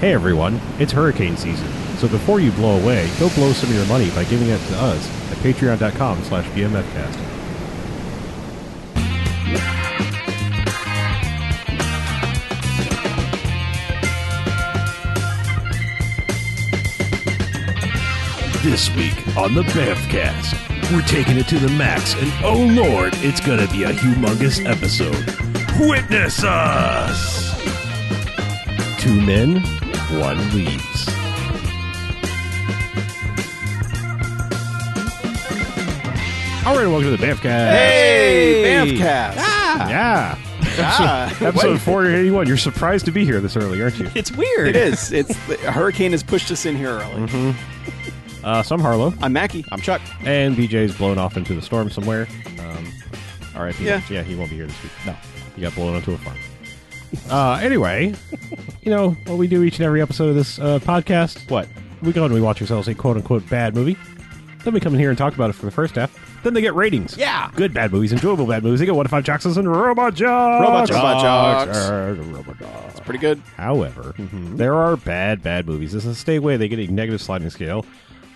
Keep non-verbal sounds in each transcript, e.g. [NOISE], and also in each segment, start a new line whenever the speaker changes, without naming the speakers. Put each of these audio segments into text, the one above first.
Hey everyone, it's hurricane season, so before you blow away, go blow some of your money by giving it to us at patreon.com slash bmfcast.
This week on the Bamfcast, we're taking it to the max, and oh lord, it's gonna be a humongous episode. Witness us!
Two men, one leaves. Alright, welcome to the Bamfcast.
Hey, Bamfcast.
Yeah.
Ah,
[LAUGHS] Episode 481. You're surprised to be here this early,
[LAUGHS]
aren't you?
It's weird.
it is. It's the hurricane has pushed us in here early.
Mm-hmm. Uh, so I'm Harlow,
I'm Mackie. I'm Chuck.
and BJ's blown off into the storm somewhere. Um, RIP.
Yeah.
yeah, he won't be here this week. No. He got blown onto a farm. Uh, anyway, you know what we do each and every episode of this uh, podcast? What? We go and we watch ourselves a quote unquote bad movie. Then we come in here and talk about it for the first half. Then they get ratings.
Yeah.
Good bad movies, enjoyable bad movies. They get one to five jocks and robot jocks.
Robot jocks.
Uh, Robot jocks.
Pretty good.
However,
Mm-hmm.
there are bad, bad movies. This is a state way they get a negative sliding scale.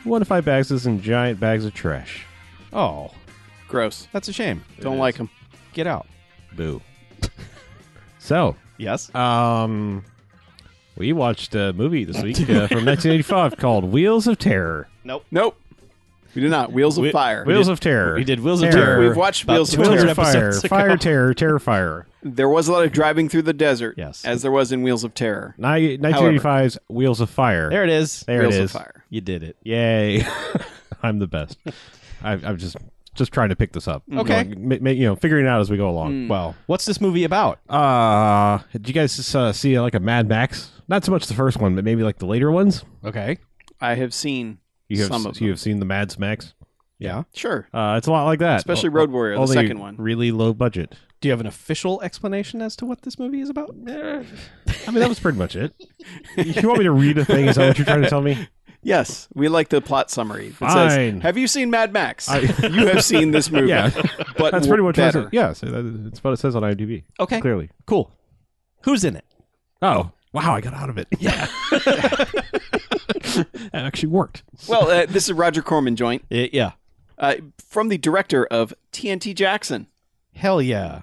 One to five bags is in giant bags of trash.
Oh,
Gross.
that's a shame.
Don't like him.
Get out.
Boo. [LAUGHS] so,
Yes.
um, we watched a movie this week uh,
[LAUGHS]
from 1985 called Wheels of Terror.
Nope. We do not. Wheels of
Whe-
fire.
Wheels of Terror.
we did Wheels of Terror.
We've watched
about
Wheels of
200
Wheels of
episodes
Fire.
ago.
Fire Terror. Terror Fire.
there was a lot of driving through the desert.
Yes.
As there was in Wheels of Terror.
Ni- 1985's Wheels of Fire.
There it is.
There
Wheels
it
of
is.
Fire.
You did it.
Yay! [LAUGHS] I'm the best. I, I'm just just trying to pick this up.
Okay. Hmm.
Going- ma- ma- you know, figuring it out as we go along.
Well, what's this movie about?
Uh, did you guys uh, see uh, like a Mad Max? Not so much the first one, but maybe like the later ones.
Okay.
I have seen
You have
some of
you
them.
have seen the Mad Max.
Yeah.
Sure.
Uh, it's a lot like that,
Especially
O-
Road Warrior, the
only
second one.
Really low budget.
Do you have an official explanation as to what this movie is about?
I mean, that was pretty much it. you want me to read the thing? Is that what you're trying to tell me?
Yes. We like the plot summary. It
Fine.
says, Have you seen Mad Max? [LAUGHS] you have seen this movie.
Yeah.
[LAUGHS] But
That's pretty much what it
better.
says. Yeah, so that, that's what it says on IMDb.
Okay.
Clearly.
Cool. [SIGHS] Who's in it?
Oh, wow! I got out of it. Yeah, [LAUGHS] that actually worked.
Well, uh, this is Roger Corman joint
I- yeah.
uh, from the director of TNT Jackson,
Hell yeah.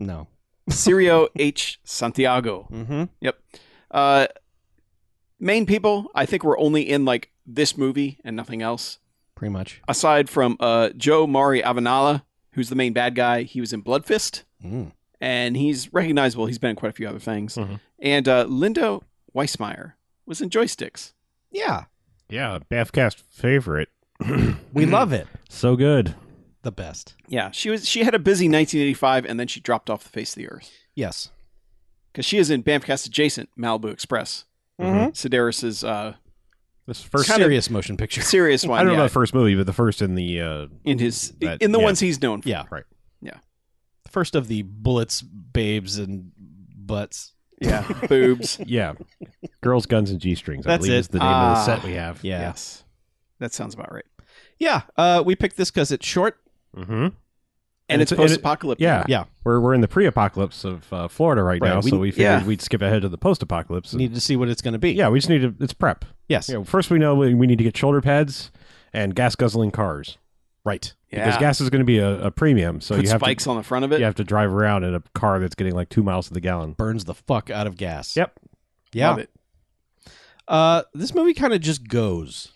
No.
[LAUGHS]
Sirio H. Santiago.
Mm-hmm.
Yep. Uh, main people, I think, were only in like this movie and nothing else.
Pretty much.
Aside from uh, Joe Mari Avenala, who's the main bad guy, he was in Blood Fist,
Mm.
and he's recognizable. He's been in quite a few other things.
Mhm.
And uh, Linda Weissmeyer was in Joysticks.
Yeah.
Yeah, Bathcast favorite. [CLEARS THROAT]
We love it.
So good.
The best.
Yeah, she was. She had a busy 1985, and then she dropped off the face of the earth
Yes.
because she is in Bamfcast adjacent Malibu Express.
Hmm?
Mm-hmm.
Sedaris's uh,
This first.
Kind of-
Serious motion picture.
serious
[LAUGHS] I
one.
don't know
yeah,
about first movie, but the first in the uh,
in his
that-
in the
yeah.
ones he's known for.
[LAUGHS] Yeah.
Right.
Yeah.
First of the bullets, babes, and butts.
Yeah, [LAUGHS] boobs.
yeah, girls, guns, and g strings. I
That's
believe
it.
is the name of the
Ah.
set we have.
Yeah.
Yes, that sounds about right.
Yeah. Uh, we picked this because it's short.
Mm-hmm.
And,
And it's-
it's
and it-
post-apocalyptic.
Yeah,
Yeah.
We're we're in the pre-apocalypse of uh, Florida right,
Right,
now,
we-
so we figured
yeah.
we'd skip ahead to the post-apocalypse. and-
Need to see what it's going to be.
yeah, we just need to. It's prep.
Yes.
You know, first we know we, we need to get shoulder pads and gas guzzling cars
Right.
yeah.
because gas is going to be a, a premium. So
Put
you have
spikes
to,
on the front of it.
you have to drive around in a car that's getting like two miles to the gallon.
Burns the fuck out of gas.
Yep.
Yeah.
Love it.
Uh, this movie kind of just goes.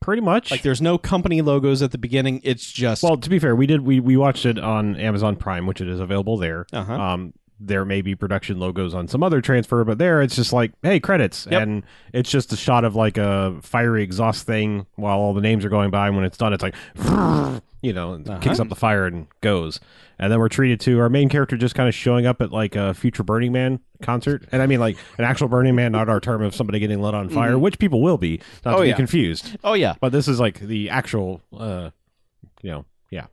Pretty much.
Like there's no company logos at the beginning. It's just
Well, to be fair, we did we we watched it on Amazon Prime, which it is available there.
Uh-huh.
Um, there may be production logos on some other transfer, but there it's just like, hey, credits,
Yep.
and it's just a shot of like a fiery exhaust thing while all the names are going by. And when it's done, it's like, [LAUGHS] you know, and
Uh-huh.
kicks up the fire and goes. And then we're treated to our main character just kind of showing up at like a future Burning Man concert, and I mean like an actual Burning Man, not our term of somebody getting lit on
Mm-hmm.
fire, which people will be, not
Oh,
to be
yeah.
confused.
oh yeah.
But this is like the actual, uh, you know, yeah.
Mm.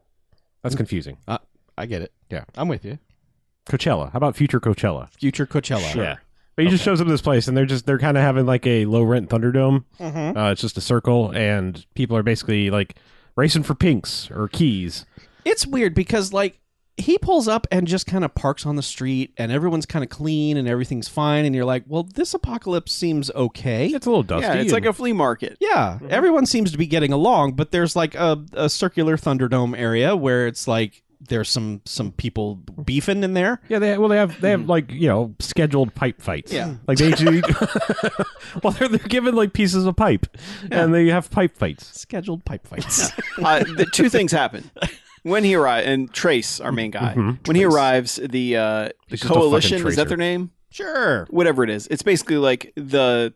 That's confusing.
Uh, I get it.
Yeah.
I'm with you.
Coachella. How about future Coachella?
Future Coachella.
Yeah. But he just shows up to this place, and they're just they're kind of having like a low rent Thunderdome.
Mm-hmm.
Mhm.
Uh, it's just a circle, and people are basically like racing for pinks or keys.
It's weird because like he pulls up and just kind of parks on the street, and everyone's kind of clean and everything's fine. And you're like, well, this apocalypse seems okay.
It's a little dusty.
yeah, it's like
and-
a flea market.
Yeah, everyone seems to be getting along, but there's like a, a circular Thunderdome area where it's like there's some some people beefing in there.
yeah. They well, they have they have like you know scheduled pipe fights.
Mm. Yeah.
like they do. [LAUGHS] well, they're, they're given like pieces of pipe, and they have pipe fights.
Scheduled pipe
[LAUGHS]
fights.
uh, the two things happen when he arrives and trace our main guy when he arrives the uh,
Mm-hmm. He's just a
coalition
fucking
is that
tracer.
their name
sure.
whatever it is it's basically like the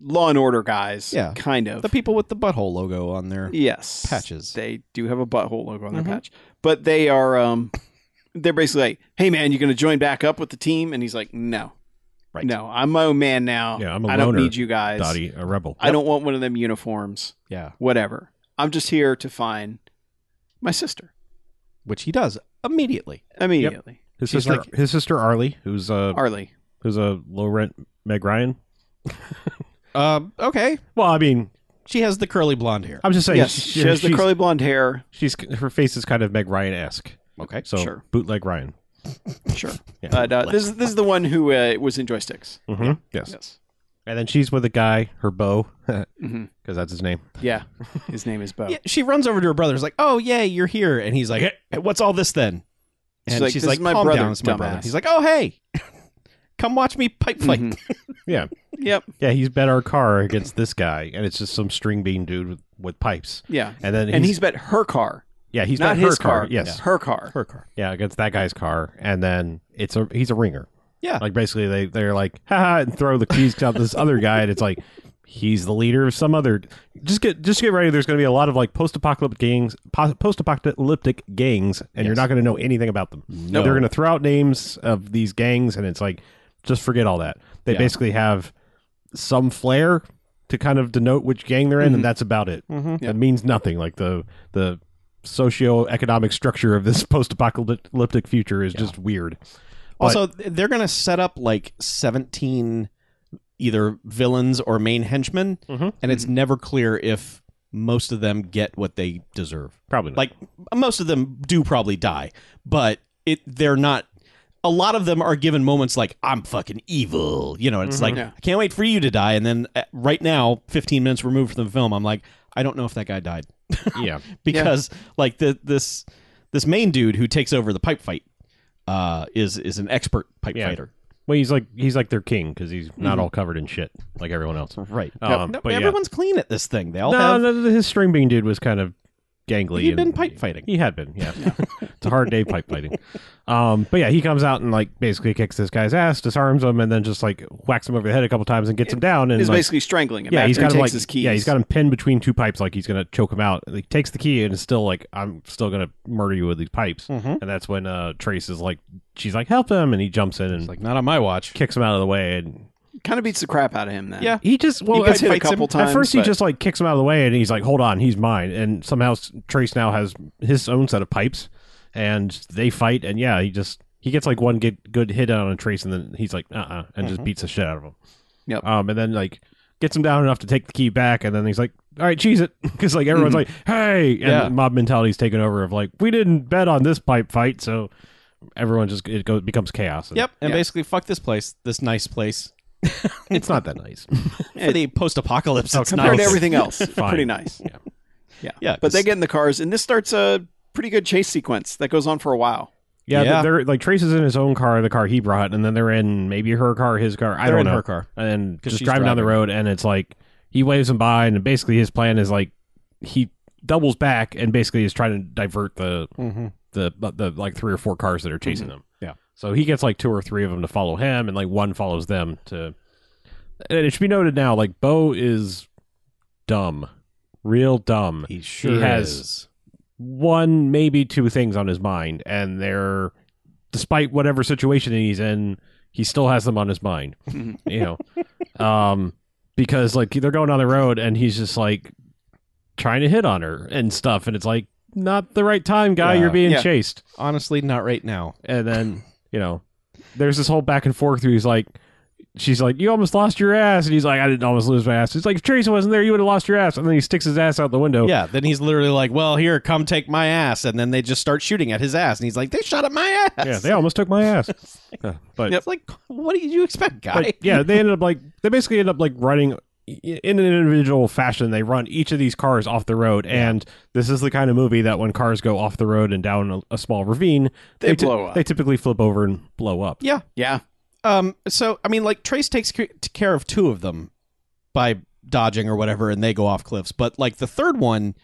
law and order guys
Yeah.
kind of
The people with the butthole logo on their
yes
patches.
they do have a butthole logo on their
Mhm.
patch but they are um they're basically like hey man you gonna join back up with the team and he's like no
Right.
no i'm my own man now
Yeah, I'm a
i don't
loner,
need you guys
Dottie, a rebel.
i don't want one of them uniforms
Yeah,
whatever i'm just here to find my sister
which he does immediately.
immediately
His
She's
sister,
like-
his sister Arlie, who's uh, a [LAUGHS]
Arlie.
who's a low rent Meg Ryan.
Um, okay,
Well, I mean,
she has the curly blonde hair.
I'm just saying.
Yes,
she-
she has the
she's-
curly blonde hair.
She's her face is kind of Meg Ryan esque.
Okay,
So
Sure.
bootleg Ryan.
Sure,
Yeah.
but uh, this is this is the one who uh, was in Joysticks.
Mm-hmm. Yes.
Yes.
And then she's with a guy, her beau, [LAUGHS] because
hmm
that's his name.
Yeah, his name
[LAUGHS]
is Bo.
yeah, she runs over to her brother. Is like, "Oh yeah, you're here," and he's like, "Hey, "What's all this then?"
She's
And
like,
she's,
"This
like,
is my
"Calm
brother,
down, it's my brother."
dumbass.
He's like, "Oh hey, [LAUGHS] come watch me pipe fight."
Mhm.
Yeah.
Yep.
Yeah, he's bet our car against this guy, and it's just some string bean dude with, with pipes.
Yeah,
And then
and he's bet her car,
yeah, he's
not
bet her
his
car.
car.
Yes.
her car.
Her car.
Yeah, against that guy's car, and then it's a he's a ringer.
Yeah.
like basically they they're like haha and throw the keys out this other guy, and it's like he's the leader of some other. Just get just get ready. There's going to be a lot of like post apocalyptic gangs, post apocalyptic gangs, and you're
Yes.
not going to know anything about them.
No.
They're going to throw out names of these gangs, and it's like just forget all that. They
Yeah.
basically have some flair to kind of denote which gang they're in,
Mm-hmm.
and that's about it.
Mhm.
Yeah.
It means nothing. Like the the socioeconomic structure of this [LAUGHS] post-apocalyptic future is just weird.
Also, th- they're going to set up like 17 either villains or main henchmen,
Mhm.
and it's never clear if most of them get what they deserve.
Probably not.
Like most of them do probably die, but it they're not a lot of them are given moments like I'm fucking evil, you know, and it's like
Yeah.
I can't wait for you to die and then uh, right now 15 minutes removed from the film I'm like I don't know if that guy died [LAUGHS]
yeah,
because like the this this main dude who takes over the pipe fight uh is is an expert pipe
Yeah.
fighter.
well, he's like he's like their king because he's
Mm-hmm.
not all covered in shit like everyone else.
Right.
Um,
no,
but yeah.
everyone's clean at this thing. They all
No,
have
no, no, his string bean dude was kind of gangly.
He'd been
and-
pipe fighting.
He had been,
[LAUGHS]
yeah. [LAUGHS] it's a hard day pipe fighting. Um, but yeah, he comes out and like basically kicks this guy's ass, disarms him, and then just like whacks him over the head a couple times and gets him down. And
Is
like,
basically strangling him.
yeah,
after
he's
he
got
takes
him like
his keys.
yeah, he's got him pinned between two pipes, like he's gonna choke him out. He takes the key and is still like, I'm still gonna murder you with these pipes.
Mm-hmm.
Mhm.
And that's when uh, Trace is like, she's like, help him, and he jumps in and
like not on my watch.
kicks him out of the way, and
kind of beats the crap out of him. Then
Yeah.
he just well,
he gets
I-
hit a
fights him.
couple
At
times.
at first, he
but-
just like kicks him out of the way, and he's like, "Hold on, he's mine." And somehow s- Trace now has his own set of pipes, and they fight. And yeah, he just he gets like one get, good hit on a Trace, and then he's like, "Uh, uh and just beats the shit out of him.
Mm-hmm. Yep.
Um, and then like gets him down enough to take the key back, and then he's like, "All right, cheese it," [LAUGHS] because like everyone's
Mm-hmm.
like, "Hey," and
Yeah.
mob mentality's taken over of like, "We didn't bet on this pipe fight," so everyone just it goes becomes chaos. And
Yep. And
Yeah.
basically fuck this place, this nice place.
it's not that nice.
For the post apocalypse it's
compared
compared
not
to
nice. [LAUGHS]
everything else, it's
Fine.
pretty nice.
Yeah.
yeah,
Yeah,
But
'cause-
they get in the cars, and this starts a pretty good chase sequence that goes on for a while.
Yeah,
Yeah.
th- they're like Trace is in his own car, the car he brought, and then they're in maybe her car, his car. I
They're
don't
in
know
her car.
and
'Cause
just
she's
driving, down the
driving.
road, and it's like he waves him by, and basically his plan is like he doubles back and basically is trying to divert the
Mhm.
the the, like three or four cars that are chasing them.
Mm-hmm. Yeah.
so he gets like two or three of them to follow him, and like one follows them to. And it should be noted now, like Bo is dumb, real dumb
He sure
has-
is.
one, maybe two things on his mind, and they're despite whatever situation he's in, he still has them on his mind.
Mhm.
you know, um, because like they're going on the road, and he's just like trying to hit on her and stuff, and it's like not the right time, guy.
Yeah.
You're being
Yeah.
chased,
Honestly, not right now.
and then you know, there's this whole back and forth. Where he's like. she's like, "You almost lost your ass," and he's like, "I didn't almost lose my ass." It's like if Teresa wasn't there, you would have lost your ass. And then he sticks his ass out the window.
Yeah, then he's literally like, "Well, here, come take my ass," and then they just start shooting at his ass, and he's like, "They shot at my ass."
Yeah, they almost took my ass. Uh, but
It's like, what did you expect, guy?
but yeah, they ended up like they basically ended up like running in an individual fashion. They run each of these cars off the road, and this is the kind of movie that when cars go off the road and down a, a small ravine,
They
ty-
blow up.
They typically flip over and blow up.
yeah.
Yeah.
Um. So I mean, like Trace takes c- care of two of them by dodging or whatever, and they go off cliffs. But like the third one,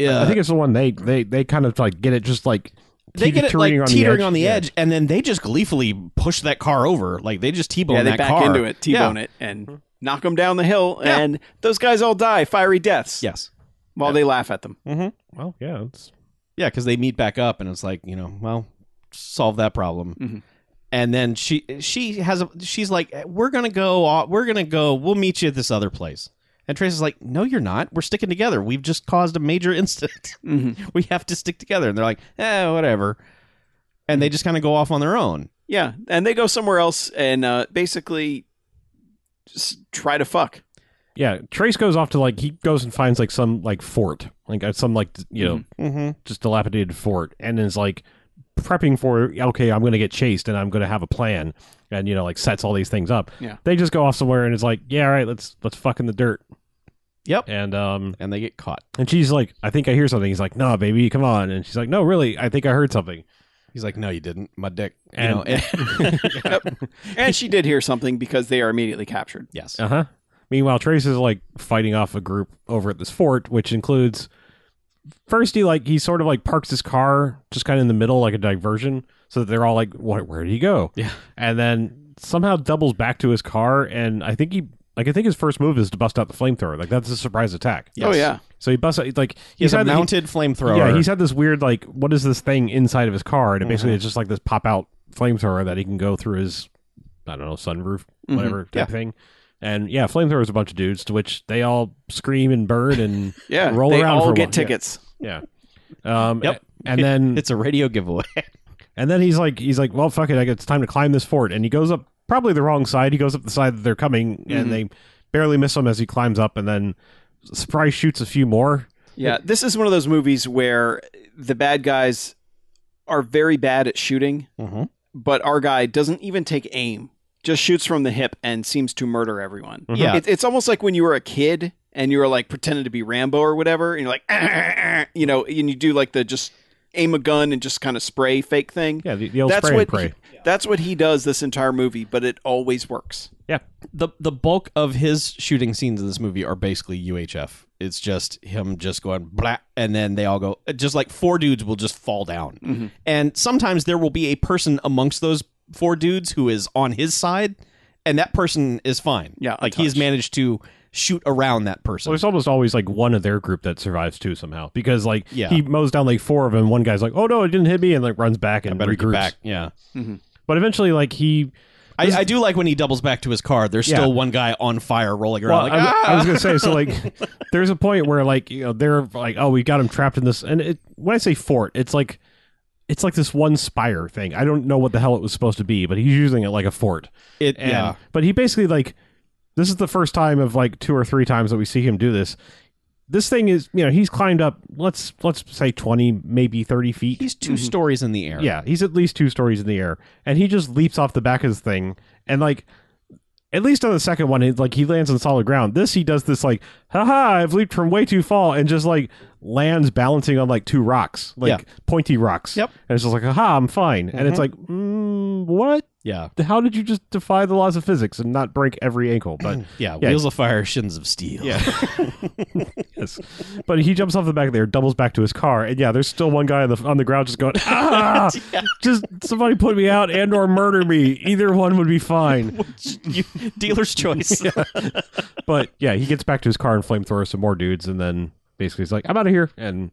uh,
I think it's the one they they they kind of like get it just like
they get it like
teetering on the
teetering
edge.
on the
Yeah.
edge, and then they just gleefully push that car over. Like they just t-bone
yeah, they
that
back
car
into it, T-bone
Yeah.
it,
Mm-hmm.
and knock them down the hill,
Yeah.
and those guys all die fiery deaths
Yes.
while they laugh at them.
Well, yeah, it's
Yeah, because they meet back up, and it's like you know, well, solve that problem.
Mhm.
And then she she has a she's like, we're gonna go, off- we're gonna go, we'll meet you at this other place. And Trace is like, no, you're not. We're sticking together. We've just caused a major incident.
Mhm.
[LAUGHS] we have to stick together. And they're like, eh, whatever. And they just kind of go off on their own.
Yeah, and they go somewhere else and uh, basically just try to fuck.
Yeah, Trace goes off to like he goes and finds like some like fort, like uh, some like you know
Mm-hmm.
just dilapidated fort, and is like prepping for okay, I'm gonna get chased and I'm gonna have a plan, and you know like sets all these things up.
Yeah.
they just go off somewhere and it's like yeah, all right, let's let's fuck in the dirt,
Yep.
and um
And they get caught.
and she's like, I think I hear something. He's like, no, baby, come on, and she's like, no, really, I think I heard something.
He's like, no, you didn't. My dick.
And-
you know, and-
And she did hear something because they are immediately captured.
[LAUGHS] yes.
Uh huh. Meanwhile, Trace is like fighting off a group over at this fort, which includes first he like he sort of like parks his car just kind of in the middle, like a diversion, so that they're all like, "What? Where did he go?"
Yeah.
and then somehow doubles back to his car, and I think he like I think his first move is to bust out the flamethrower. Like that's a surprise attack.
Yes.
Oh yeah,
So he busts out like
He's,
had
a
the- he-
mounted flamethrower.
yeah, he's had this weird like, what is this thing inside of his car? And it basically it's just like this pop out flamethrower that he can go through his, I don't know, sunroof,
Mhm.
whatever type
Yeah.
thing. And yeah, flamethrowers a bunch of dudes, to which they all scream and burn and [LAUGHS]
yeah.
Roll
they
around
all
for a
get
while.
tickets.
yeah. Um,
Yep.
And
[LAUGHS]
then
it's a radio giveaway.
and then he's like, he's like, well, fuck it, I guess it's time to climb this fort. And he goes up probably the wrong side. He goes up the side that they're coming, and they barely miss him as he climbs up, and then surprise shoots a few more.
Yeah, this is one of those movies where the bad guys are very bad at shooting,
Mm-hmm.
Mhm.
but our guy doesn't even take aim. Just shoots from the hip and seems to murder everyone.
Mm-hmm.
Yeah.
It, it's almost like when you were a kid and you were like pretending to be Rambo or whatever, and you're like, "Ah, ah, ah," you know, and you do like the just aim a gun and just kind of spray fake thing.
Yeah, the, the old
that's
spray and
what
pray.
He, that's what he does this entire movie, but it always works.
yeah.
the the bulk of his shooting scenes in this movie are basically UHF. It's just him just going blah, and then they all go just like four dudes will just fall down,
Mm-hmm.
and sometimes there will be a person amongst those four dudes who is on his side, and that person is fine.
Yeah,
like he has
untouched.
managed to shoot around that
Well,
person.
there's almost always like one of their group that survives too somehow because like
Yeah.
he mows down like four of them. One guy's like, "Oh no, it didn't hit me," and like runs back and
Better get
regroups.
back, yeah.
But eventually, like he,
I, I do like when he doubles back to his car. There's still
Yeah.
one guy on fire rolling
well,
around.
I,
like, ah!
I was gonna say, so
[LAUGHS]
like, there's a point where like you know they're like, "Oh, we got him trapped in this," and it, when I say fort, it's like. It's like this one spire thing. I don't know what the hell it was supposed to be, but he's using it like a fort.
It-
And,
yeah.
But he basically like this is the first time of like two or three times that we see him do this. This thing is, you know, he's climbed up. Let's let's say twenty, maybe thirty feet.
He's 2 stories in the air.
Yeah, he's at least two stories in the air, and he just leaps off the back of this thing, and like, at least on the second one, it, like he lands on solid ground. This he does this like, haha, I've leaped from way too far, and just like lands balancing on like two rocks, like
Yeah.
pointy rocks.
Yep. Mm-hmm.
And it's just like, haha, I'm fine, and it's like, mm, what?
yeah,
How did you just defy the laws of physics and not break every ankle? But
yeah.
Yeah.
Wheels of fire, shins of steel. Yeah,
yes, but he jumps off the back there, doubles back to his car, and yeah, there's still one guy on the on the ground just going, ah, just somebody put me out and or murder me. Either one would be
[LAUGHS]
fine.
You-
[LAUGHS]
dealer's choice.
But yeah, he gets back to his car and flamethrows some more dudes, and then basically he's like, I'm out of here, and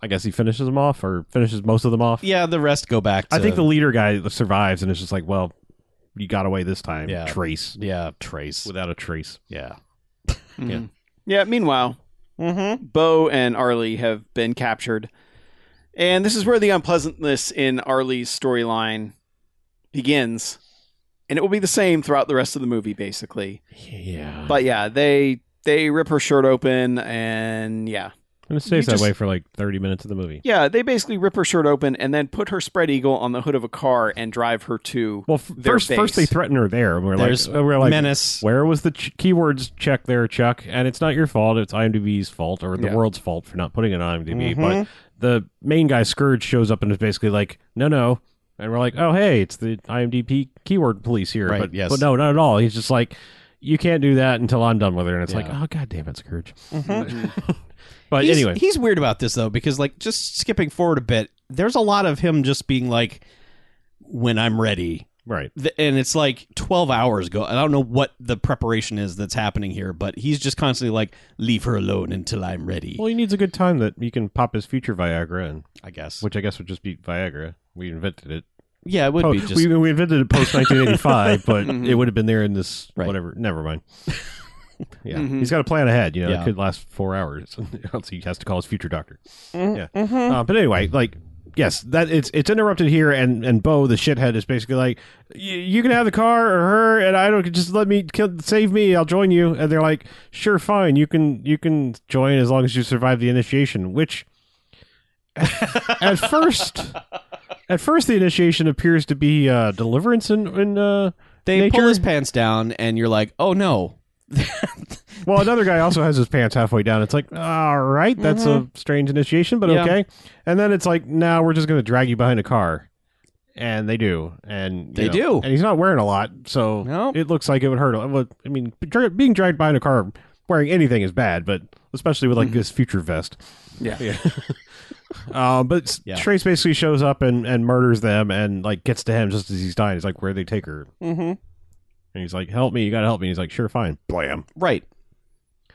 I guess he finishes them off or finishes most of them off.
Yeah, the rest go back. To,
I think the leader guy survives, and it's just like, well, you got away this time,
Yeah.
Trace,
yeah trace.
without a trace.
yeah.
Yeah. Mm. Yeah. Meanwhile,
Mm-hmm.
Bo and Arlie have been captured. And this is where the unpleasantness in Arlie's storyline begins and it will be the same throughout the rest of the movie, basically.
Yeah.
But yeah, they they rip her shirt open, and yeah,
and it stays that
you just-
way for like 30 minutes of the movie.
yeah, they basically rip her shirt open and then put her spread eagle on the hood of a car and drive her to.
Well, f-
their
first, first
base.
they threaten her there. and We're
There's
like, uh, we're like,
menace.
where was the ch- keywords check there, Chuck? And it's not your fault. It's IMDb's fault or the
Yeah. Mm-hmm.
world's fault for not putting it on IMDb.
Mhm.
But the main guy, Scourge, shows up and is basically like, no, no. And we're like, oh, hey, it's the IMDb keyword police here.
Right,
but,
yes.
but no, not at all. He's just like, you can't do that until I'm done with her. And it's like,
Yeah.
oh, god damn it, Scourge.
Mm-hmm.
[LAUGHS] but
he's,
anyway,
he's weird about this though because like just skipping forward a bit, there's a lot of him just being like, "When I'm ready,"
right.
Th- and it's like 12 hours go i don't know what the preparation is that's happening here but he's just constantly like leave her alone until i'm ready
Well, he needs a good time that he can pop his future Viagra, and
i guess
which I guess would just be Viagra. We invented it.
yeah it would
Oh,
be just Mm-hmm.
we, we invented it post 1985,
[LAUGHS]
but it would have been there in this
Right.
whatever. Never mind. yeah,
Mhm.
he's got a plan ahead. You know,
Yeah.
it could last four hours. [LAUGHS] Else he has to call his future doctor. Yeah. Uh, but anyway, like. Yes, that it's it's interrupted here, and and Bo the shithead is basically like, "Y- you can have the car or her, and I don't just let me kill, save me. I'll join you. And they're like, sure, fine, you can you can join as long as you survive the initiation. Which [LAUGHS] at first, at first, the initiation appears to be uh, deliverance in, in uh,
they
nature.
pull his pants down and you're like oh no
Well, another guy also has his pants halfway down. It's like, all right, that's a strange initiation, but
Mm-hmm. Yeah.
okay. And then it's like, now we're just going to drag you behind a car. And they do, and you
They
know,
do.
and he's not wearing a lot, so
Nope.
it looks like it would hurt. a lot. I mean, dra- being dragged behind a car wearing anything is bad, but especially with like
Mm-hmm.
this future vest. [LAUGHS]
Yeah.
Uh, but
Yeah.
Trace basically shows up and, and murders them and like gets to him just as he's dying. He's like, "Where would they take her?"
mm-hmm.
And he's like, "Help me! You gotta help me!" He's like, "Sure, fine." Blam.
right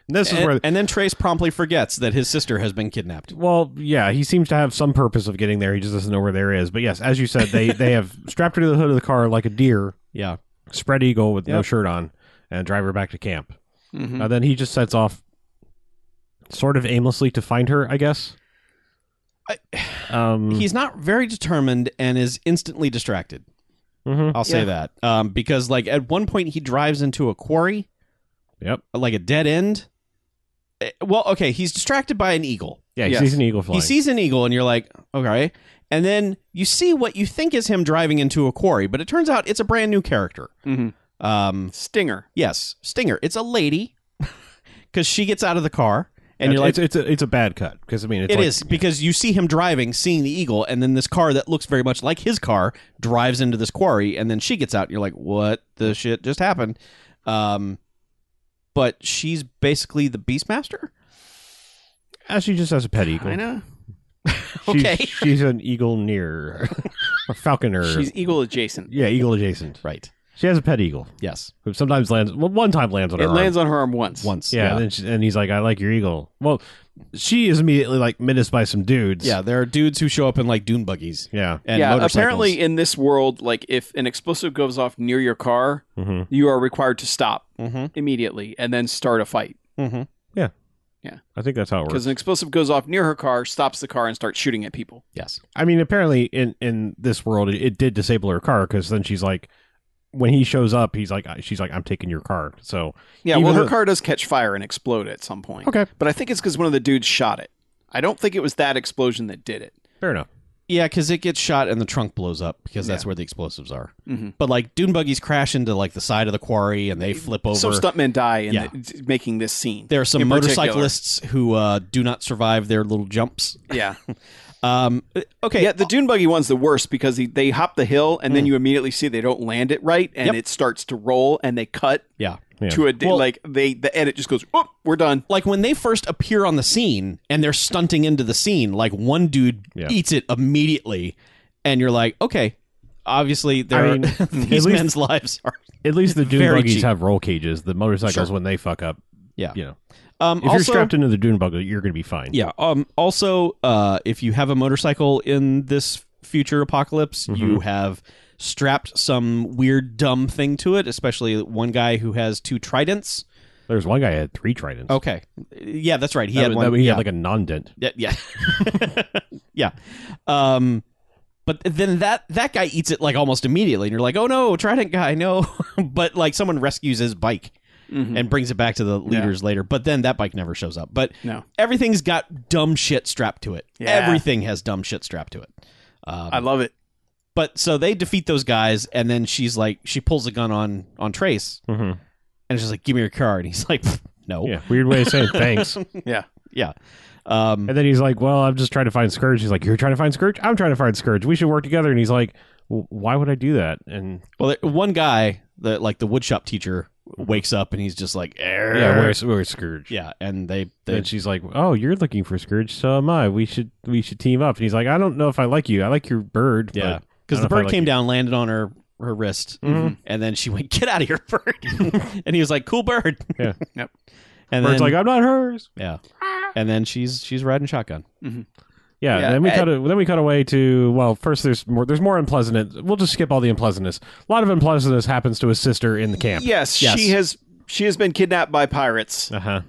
And this is
and,
where
and then trace promptly forgets that his sister has been kidnapped
Well, yeah, he seems to have some purpose of getting there. He just doesn't know where there is. But yes, as you said, they they
[LAUGHS]
have strapped her to the hood of the car like a deer,
yeah
spread eagle with no
Yep. Mm-hmm.
shirt on, and drive her back to camp.
Mhm.
Uh, then he just sets off, sort of aimlessly, to find her. I guess.
I-
um,
he's not very determined and is instantly distracted
mhm,
i'll say
Yeah.
that um, because like at one point he drives into a quarry
Yep.
like a dead end Eh, well okay he's distracted by an eagle
Yeah, he
Yes.
sees an eagle flying.
He sees an eagle, and you're like, okay. And then you see what you think is him driving into a quarry, but it turns out it's a brand new character.
Mhm.
Um,
Stinger.
yes, Stinger. It's a lady [LAUGHS] because she gets out of the car, and
Yeah,
you're like,
it's, it's a it's a bad cut because I mean, it's
it
like-
is because you see him driving, seeing the eagle, and then this car that looks very much like his car drives into this quarry, and then she gets out. And you're like, what the shit just happened? Um, but she's basically the Beastmaster.
Actually, just has a pet eagle.
Kinda.
She's,
Okay.
she's an eagle near [LAUGHS] or falconer.
She's eagle adjacent.
yeah, eagle adjacent.
Right.
She has a pet eagle.
Yes.
who sometimes lands well, one time lands on
It
her
lands on her arm once.
Once.
arm. Yeah, And, then she, and he's like, "I like your eagle." Well, she is immediately like menaced by some dudes.
Yeah, there are dudes who show up in like dune buggies
yeah.
and
yeah.
motorcycles.
Apparently, in this world, like if an explosive goes off near your car,
Mhm.
you are required to stop
Mm-hmm.
immediately and then start a fight.
Mm-hmm.
I think that's how it
Because
works.
an explosive goes off near her car, stops the car, and starts shooting at people.
Yes.
I mean, apparently in in this world, it, it did disable her car because then she's like, when he shows up, he's like, she's like, "I'm taking your car." So
Yeah,
Even
well, her
though-
car does catch fire and explode at some point.
Okay.
But I think it's because one of the dudes shot it. I don't think it was that explosion that did it.
fair enough.
Yeah, because it gets shot and the trunk blows up because that's where the explosives are.
Mhm.
But like dune buggies crash into like the side of the quarry and they flip over.
Some stuntmen die in
Yeah.
the, making this scene.
there are some
in particular.
motorcyclists who uh, do not survive their little jumps. [LAUGHS]
Yeah.
Um, okay.
Yeah, the dune buggy one's the worst because he, they hop the hill and then you immediately see they don't land it right and
Mm. Yep.
it starts to roll and they cut
yeah.
to a di-
Well-
like they the edit just goes, "Oh, we're done."
Like when they first appear on the scene and they're stunting into the scene, like one dude
Yeah.
eats it immediately, and you're like, okay, obviously, they're, [LAUGHS]
mean,
these
at least-
men's lives
[LAUGHS]
are.
At least the dune
Very
buggies
cheap.
have roll cages. The motorcycles,
Sure.
when they fuck up,
Yeah.
you know,
Um,
if you're
also,
strapped into the dune buggy, you're gonna be fine.
Yeah. Um. Also, uh, if you have a motorcycle in this future apocalypse,
Mm-hmm.
you have strapped some weird dumb thing to it. Especially one guy who has two tridents.
There's one guy that had three tridents.
Okay. Yeah, that's right. He
That
had
was-
one.
that- he
yeah. [LAUGHS]
had like a non dent.
yeah. Yeah. yeah. Um. But then that that guy eats it like almost immediately, and you're like, oh no, Trident guy, no. [LAUGHS] but like someone rescues his bike
Mhm.
and brings it back to the leaders later. But then that bike never shows up. But
No.
everything's got dumb shit strapped to it.
Yeah.
Everything has dumb shit strapped to it. Um,
I love it.
but so they defeat those guys, and then she's like, she pulls a gun on on Trace,
Mm-hmm.
and she's like, give me your car, and [LAUGHS] he's like, no,
Yeah, weird way of saying thanks. And
Yeah.
yeah. Um,
then he's like, "Well, I'm just trying to find Scourge." He's like, "You're trying to find Scourge? I'm trying to find Scourge. We should work together." And he's like, well, "Why would I do that?" And
Well, there- one guy, the like the woodshop teacher, wakes up and he's just like, "Err."
yeah, where's, where's Scourge?
yeah, and they, they
And she's like, "Oh, you're looking for Scourge, so am I. We should we should team up." And he's like, "I don't know if I like you. I like your bird." but
yeah,
I don't know
because
if
the
I
bird
like Mm-hmm.
came
you."
down, landed on her her wrist, and then she went, "Get out of here, [LAUGHS]
[LAUGHS]
bird!" and he was like, "Cool bird." [LAUGHS]
Yeah.
Yep.
And
bird's
then,
like, "Ah." "I'm not hers."
yeah, and then she's she's riding shotgun.
Yeah,
Yeah,
then we
I-
cut. Then we cut away to well, first there's more. There's more unpleasantness. We'll just skip all the unpleasantness. A lot of unpleasantness happens to his sister in the camp.
Yes,
Yes.
she has she has been kidnapped by pirates.
Uh huh.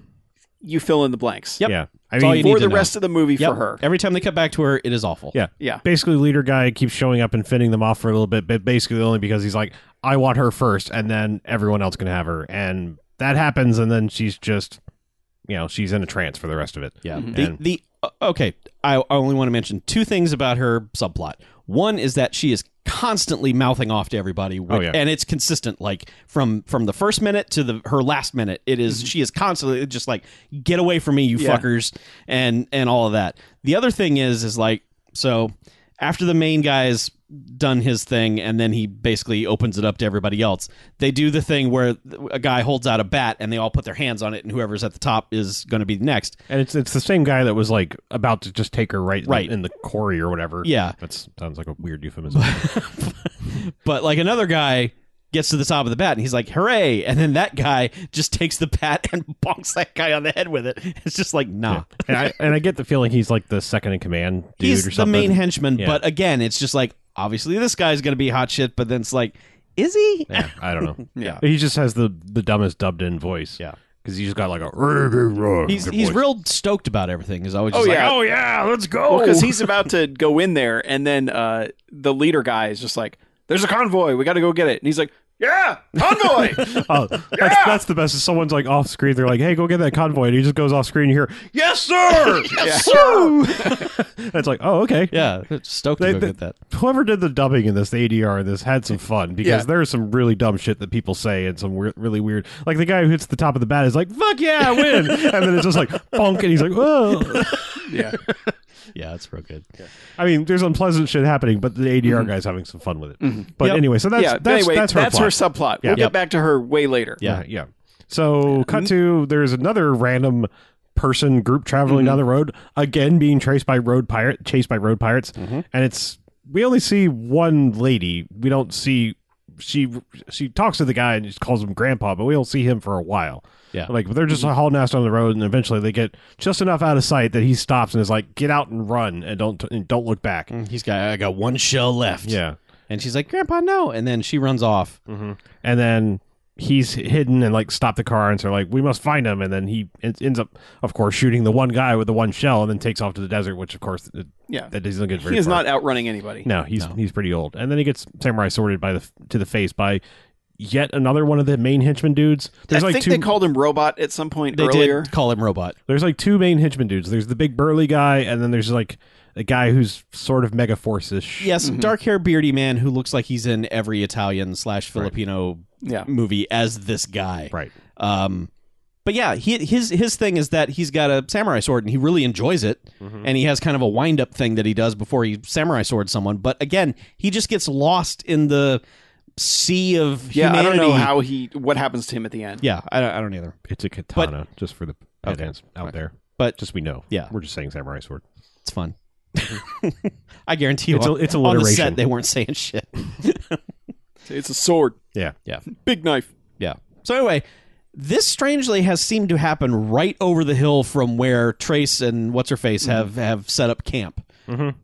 You fill in the blanks.
Yep.
Yeah. I
That's
mean,
all you need
For
to
the
know.
rest of the movie
Yep.
for her.
Every time they cut back to her, it is awful.
Yeah.
Yeah.
Basically, leader guy keeps showing up and fending them off for a little bit, but basically only because he's like, I want her first, and then everyone else can have her. And that happens, and then she's just, you know, she's in a trance for the rest of it.
Yeah.
Mhm.
The,
Mm-hmm. And-
the uh, okay, I, I only want to mention two things about her subplot. One is that she is constantly mouthing off to everybody, which,
Oh, yeah.
and it's consistent. Like from from the first minute to the her last minute, it is-
Mm-hmm.
she is constantly just like, "Get away from me, you
Yeah.
fuckers," and and all of that. The other thing is is like so after the main guy's done his thing and then he basically opens it up to everybody else they do the thing where a guy holds out a bat and they all put their hands on it and whoever's at the top is going to be next
And it's it's the same guy that was like about to just take her right,
Right.
in the quarry or whatever.
Yeah.
that sounds like a weird
[LAUGHS]
euphemism.
But like another guy gets to the top of the bat and he's like, "Hooray!" And then that guy just takes the bat [LAUGHS] and bonks that guy on the head with it. It's just like, nah.
and, I, and I get the feeling he's like the second in command dude
He's
or
the
something.
main henchman,
Yeah.
but again, it's just like obviously this guy's gonna be hot shit. But then it's like, is he?
yeah, I don't
[LAUGHS]
know.
Yeah.
He just has the the dumbest dubbed in voice.
Yeah.
because he's just got like a [LAUGHS]
He's he's
voice.
real stoked about everything. He's always
Oh,
just like,
yeah.
oh,
Oh yeah, let's go.
Well, because he's about to go in there, and then uh, the leader guy is just like, "There's a convoy. We got to go get it." And he's like, "Yeah, convoy." [LAUGHS]
Oh, that's, that's the best. If someone's like off screen, they're like, "Hey, go get that convoy," and he just goes off screen. You hear, "Yes, sir."
yes,
And [LAUGHS] it's like, oh, okay.
yeah, stoked
They-
to go
they-
get that.
Whoever did the dubbing in this, the ADR in this, had some fun because
Yeah.
there's some really dumb shit that people say and some weir- really weird. Like the guy who hits the top of the bat is like, "Fuck yeah, I
[LAUGHS]
win!" and then it's just like, "Bonk," and he's like, "Whoa."
yeah,
Yeah, it's real good.
I mean, there's unpleasant shit happening, but the ADR guy's having some fun with it. But
Yep.
anyway, so that's
Mm-hmm. yeah. but
that's
anyway,
that's
that's
her
her,
plot.
subplot.
Yeah.
We'll
Yep.
get back to her way later.
Yeah.
Uh, yeah. So cut to there's another random person group traveling
Mm-hmm.
down the road again, being traced by road pirate, chased by road pirates,
Mm-hmm.
and it's we only see one lady. We don't see she she talks to the guy and just calls him grandpa, but we don't see him for a while.
Yeah. Mm-hmm.
like they're just hauling ass down the road, and eventually they get just enough out of sight that he stops and is like, "Get out and run, and don't and don't look back."
He's got I got one shell left.
Yeah,
and she's like, Grandpa, no, and then she runs off.
and then he's hidden and like stopped the car and so like we must find him and then he en- ends up of course shooting the one guy with the one shell and then takes off to the desert which of course it-
Yeah.
that doesn't get very
He is
far.
not outrunning anybody.
no he's he's pretty old and then he gets samurai sorted by the f- to the face by yet another one of the main henchman dudes there's
I
like
think
two
they called him robot at some point
They
earlier.
did call him robot.
there's like two main henchman dudes there's the big burly guy and then there's like a guy who's sort of mega force-ish
Yes, dark hair, beardy man who looks like he's in every Italian slash Filipino
Yeah.
movie as this guy.
right
Um, but yeah, he, his his thing is that he's got a samurai sword and he really enjoys it, and he has kind of a wind up thing that he does before he samurai swords someone. But again, he just gets lost in the sea of
Yeah,
humanity.
I don't know how he what happens to him at the end.
Yeah, I don't, I don't either.
it's a katana just for the pedants out there
But
just we know
Yeah.
we're just saying samurai sword
it's fun. [LAUGHS] I guarantee you,
It's a-
on-
it's
on the
alliteration.
set they weren't saying shit.
It's a sword,
yeah
Yeah.
big knife.
Yeah. So anyway, this strangely has seemed to happen right over the hill from where Trace and what's her
Mm-hmm.
face have have set up camp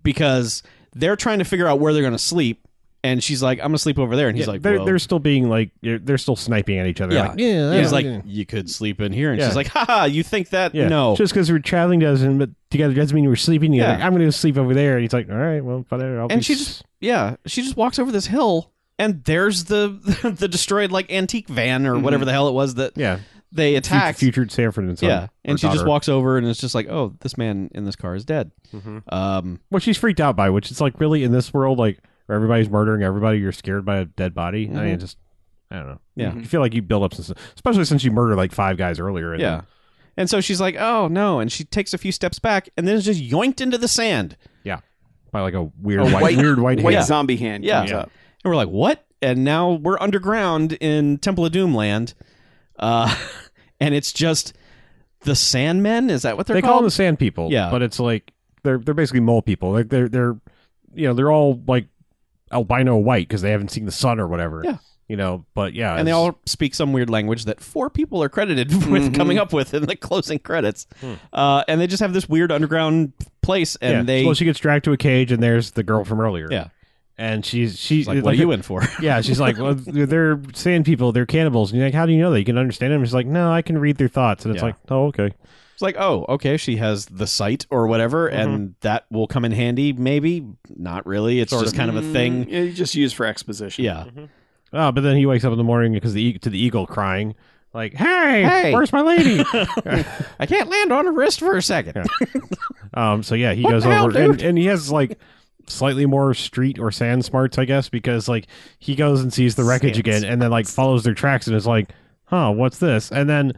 because they're trying to figure out where they're going to sleep. and she's like, "I'm gonna sleep over there," and he's
Yeah,
like,
they're,
"Well,"
they're still being like they're, they're still sniping at each other.
Yeah.
like, yeah.
he's
yeah,
like,
yeah.
"You could sleep in here," and
Yeah.
she's like, "Haha, you think that?
Yeah.
No,
Just because we're traveling doesn't but together doesn't mean we're sleeping together.
Yeah.
I'm going to sleep over there. And he's like, all right, well, whatever. I'll
And
be
she
s-
just- yeah." She just walks over this hill, and there's the [LAUGHS] the destroyed like antique van or whatever the hell it was that
Mm-hmm. yeah,
they
future,
attacked.
future Sanford and son.
yeah,
or
and she just
daughter.
walks over, and it's just like, "Oh, this man in this car is dead."
Mhm.
Um,
What she's freaked out by, which is like really in this world, like where everybody's murdering everybody, you're scared by a dead body. I mean,
Mhm.
it just I don't know.
Yeah.
you feel like you build up some, especially since you murdered like five guys earlier. And
yeah. And so she's like, "Oh no!" And she takes a few steps back, and then it's just yoinked into the sand.
by like a weird
A
white,
white-
weird white,
White
hand.
zombie hand
Yeah.
comes
Yeah.
up.
And we're like, what? And now we're underground in Temple of Doom land. Uh, [LAUGHS] and it's just the Sandmen. Is that what they're
they call
called?
them the sand people.
Yeah.
but it's like they're they're basically mole people. Like they're they're you know they're all like albino white because they haven't seen the sun or whatever.
Yeah.
you know. But yeah,
and they
it's-
all speak some weird language that four people are credited [LAUGHS] with
Mm-hmm.
Mhm.
coming up with in the closing credits. Uh, and they just have this weird underground place, and
Hmm. yeah.
they
well she gets dragged to a cage and there's the girl from earlier.
Yeah.
and she's she's
It's like, what are you in for?
Yeah, she's like, well, they're sand people, they're cannibals. And you're like, how do you know that? You can understand them? She's like, no, I can read their thoughts. And it's
Yeah.
like, oh, okay.
It's like, oh, okay, she has the sight or whatever,
Mm-hmm.
and that will come in handy. Maybe not really. It's just kind of a
Mm,
thing.
yeah, you just use for
Mm-hmm.
exposition.
Yeah,
Oh, but then he wakes up in the morning because the e- to the eagle crying, like, hey,
Hey.
where's my
[LAUGHS]
lady?
I can't land on her wrist for a second.
um, so yeah, he
What
goes
the hell,
over and,
dude?
and he has like slightly more street or sand smarts, I guess, because like he goes and sees the wreckage
Sand
again and then like follows their tracks and is like, huh, what's this? And then.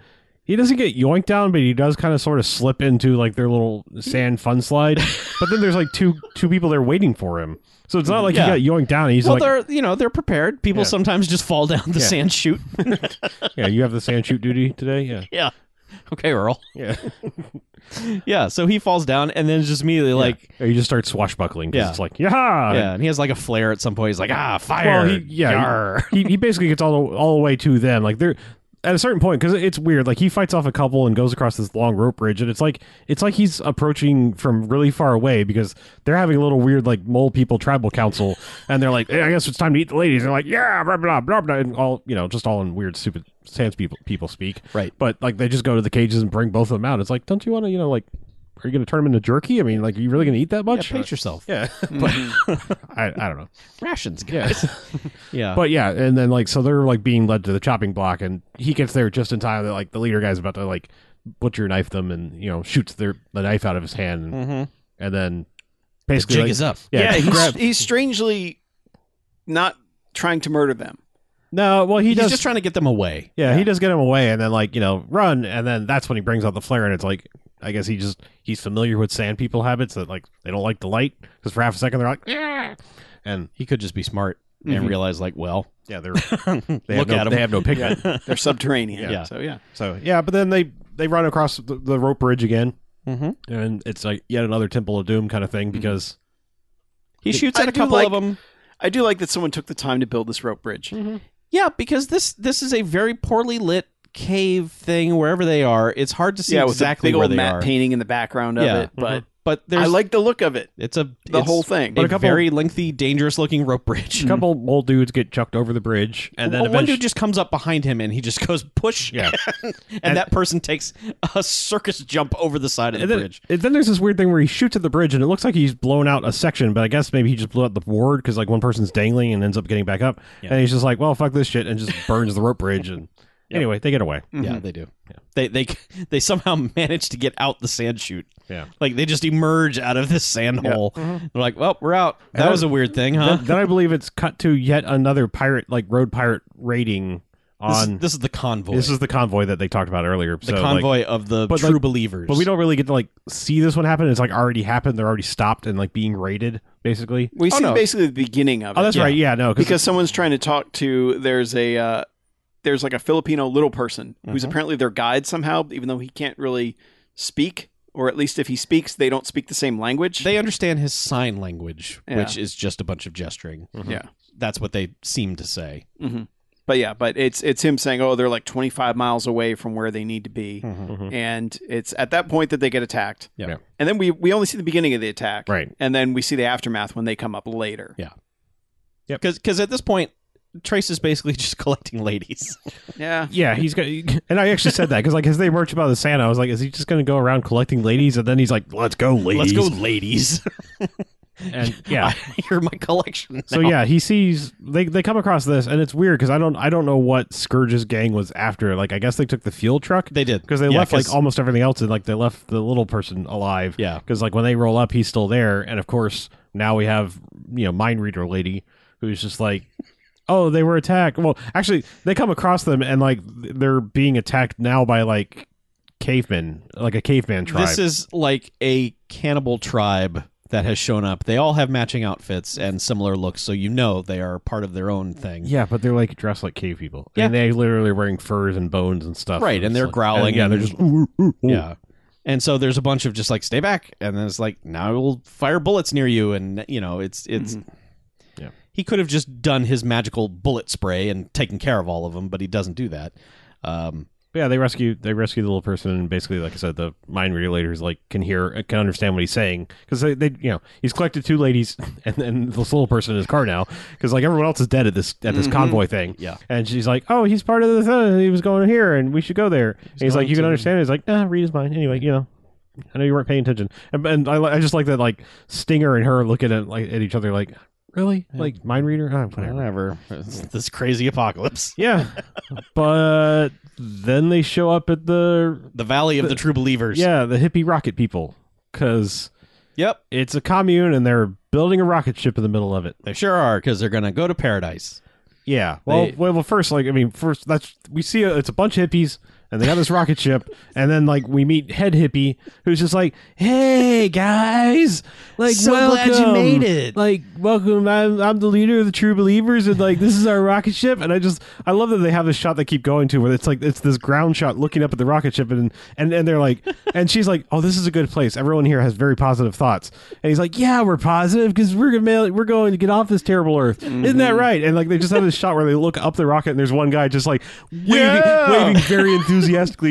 He doesn't get yoinked down, but he does kind of sort of slip into like their little sand fun
[LAUGHS]
slide. but then there's like two two people there waiting for him, so it's not like
Yeah.
he got yoinked down. He's
[LAUGHS] well,
like,
they're you know they're prepared. People
Yeah.
sometimes just fall down the
Yeah.
sand chute. [LAUGHS]
"Yeah, you have the sand shoot duty today." Yeah,
yeah. Okay, Earl.
yeah.
[LAUGHS] Yeah. So he falls down and then just immediately like
Or you just start swashbuckling because
Yeah.
it's like, yeah,
yeah, and he has like a flare at some point. He's like ah fire.
Well, he, yeah,
Yarr. [LAUGHS]
he, he basically gets all the, all the way to them. Like they're at a certain point because it's weird. Like he fights off a couple and goes across this long rope bridge, and it's like it's like he's approaching from really far away because they're having a little weird like mole people tribal council, and they're like, hey, I guess it's time to eat the ladies. And they're like, yeah, blah blah blah blah, and all you know, just all in weird stupid sans people people speak.
Right.
But like they just go to the cages and bring both of them out. It's like, don't you want to you know like. Are you going to turn them into jerky? I mean, like, are you really going to eat that
Yeah,
much?
pace yourself.
yeah. [LAUGHS] but
Mm-hmm.
[LAUGHS] I, I don't know.
Rations, guys. [LAUGHS] yeah.
But yeah, and then like so they're like being led to the chopping block, and he gets there just in time. That like the leader guy's about to like butcher knife them, and you know shoots their the knife out of his hand, and,
Mhm.
and then
the
basically
jig
like-
is up.
yeah,
Yeah, he's,
grab-
he's strangely not trying to murder
[LAUGHS]
them.
no, well he
He's
does.
just trying to get them away.
yeah, he does get him away, and then like you know run, and then that's when he brings out the flare, and it's like I guess he just he's familiar with sand people habits that like they don't like the light because for half a second they're like yeah, and
He could just be smart
Mhm.
and realize like, [LAUGHS] well,
yeah they're
[LAUGHS]
they have
look
no,
at him.
they have no pigment.
[LAUGHS]
They're subterranean.
Yeah.
So yeah.
So yeah, but then they they run across the, the rope bridge again.
Mm-hmm.
Mhm.
and it's like yet another Temple of Doom kind of
Mm-hmm.
thing because
He shoots
I
at a
do
couple
like-
of them.
I do like that someone took the time to build this rope bridge.
Mm, Yeah, because this this is a very poorly lit cave thing wherever they are. It's hard to see
yeah, with
exactly
the big
where
old
they
matte
are.
painting in the background of
Yeah. Mm-hmm.
it. But
But there's
I like the look of it.
it's a
The
it's-
whole thing.
a, Mm.
But a couple-
very lengthy, dangerous looking rope bridge.
a
[LAUGHS]
couple old dudes get chucked over the bridge, and then
Mm-hmm. Well, one
eventually,
dude just comes up behind him and he just goes push,
Yeah.
[LAUGHS] and, that person takes a circus jump over the side of the
and then,
bridge.
and then there's this weird thing where he shoots at the bridge, and it looks like he's blown out a section, but I guess maybe he just blew out the board because like one person's dangling and ends up getting back up, and he's just like, well, fuck this shit, and just burns the rope bridge,
[LAUGHS]
and anyway, they get away.
Mm-hmm.
Yeah, they do. They they [LAUGHS] they somehow [LAUGHS] manage to get out the sand chute. [LAUGHS]
Yeah.
like they just emerge out of this sand hole. They're like, "Well, we're out." That
Mm-hmm. then-
was a weird thing, huh?
Then I believe it's cut to yet another pirate like road pirate raiding
this, is-
on.
this is the convoy.
This is the convoy that they talked about earlier.
the
so, like-
convoy of the
but,
true
like-
believers.
But we don't really get to like see this one happen. It's like already happened. They're already stopped and like being raided, basically.
We see
Oh, no.
basically the beginning of it.
Oh, that's right. Yeah, no,
because someone's trying to talk to there's a uh, there's like a Filipino little person
Mm-hmm.
who's apparently their guide somehow, even though he can't really speak, or at least if he speaks, they don't speak the same language.
They understand his sign language,
Yeah.
which is just a bunch of gesturing.
Mm-hmm.
Yeah.
That's what they seem to say.
Mm-hmm. but yeah, but it's it's him saying, "Oh, they're like 25 miles away from where they need to be,"
Mm-hmm.
and it's at that point that they get attacked.
Yeah.
Yeah.
and then we we only see the beginning of the attack,
Right.
And then we see the aftermath when they come up later.
Yeah.
Yep.
Because at this point, Trace is basically [LAUGHS] just collecting ladies.
Yeah.
Yeah, he's got. [LAUGHS] And I actually said that because like as they march by the Santa, I was like, is he just going to go around collecting ladies? And then he's like, let's go, ladies.
Let's go, ladies. [LAUGHS]
And yeah.
You're my collection.
So
now.
yeah, he sees they they come across this, and it's weird because I don't I don't know what Scourge's gang was after. Like I guess they took the fuel truck
they did
because they
Yeah,
left
'cause-
like almost everything else, and like they left the little person alive.
Yeah.
because like when they roll up, he's still there, and of course now we have you know mind reader lady who's just like, oh, they were attacked. Well, actually, they come across them, and like they're being attacked now by like cavemen, like a caveman tribe.
This is like a cannibal tribe that has shown up. They all have matching outfits and similar looks, so you know they are part of their own thing.
yeah, but they're like dressed like cave people,
Yeah.
and they literally are wearing furs and bones and stuff.
Right, and
it's
they're
like-
growling
and, yeah, they're
and-
just "Ooh, ooh, ooh, ooh."
Yeah. And so there's a bunch of just like stay back, and then it's like now I will fire bullets near you, and you know it's it's.
Mm-hmm. Yeah.
He could have just done his magical bullet spray and taken care of all of them, but he doesn't do that. Um,
But yeah, they rescue they rescue the little person, and basically, like I said, the mind regulators like can hear can understand what he's saying because they, they you know he's collected two ladies [LAUGHS] and then this little person in his car now because like everyone else is dead at this at this convoy thing.
Yeah.
and she's like, oh, he's part of the thing. He was going here, and we should go there. And he's like, you can understand. It. He's like, nah, read his mind anyway. You know. I know you weren't paying attention, and, and I, li- I just like that like Stinger and her looking at like at each other like really like mind reader Ah, whatever.
whatever. It's this crazy
[LAUGHS]
apocalypse.
yeah, but then they show up at the
The Valley of the, True Believers.
yeah, the hippie rocket people, because
Yep.
it's a commune and they're building a rocket ship in the middle of it.
They sure are because they're gonna go to paradise.
Yeah. Well,
They-
well, well, first, like, I mean, first, that's we see a, it's a bunch of hippies and they got this rocket ship, and then like we meet head hippie who's just like, "Hey guys, like,
So glad you
welcome.
made it."
Like, welcome. I'm I'm the leader of the True Believers, and like this is our rocket ship. And I just I love that they have this shot they keep going to where it's like it's this ground shot looking up at the rocket ship, and and and they're like, and she's like, "Oh, this is a good place. Everyone here has very positive thouts." And he's like, "Yeah, we're positive because we're gonna mail, we're going to get off this terrible Earth. Isn't that right?" And like they just have this shot where they look up the rocket, and there's one guy just like waving,
Yeah.
waving very enthusiastically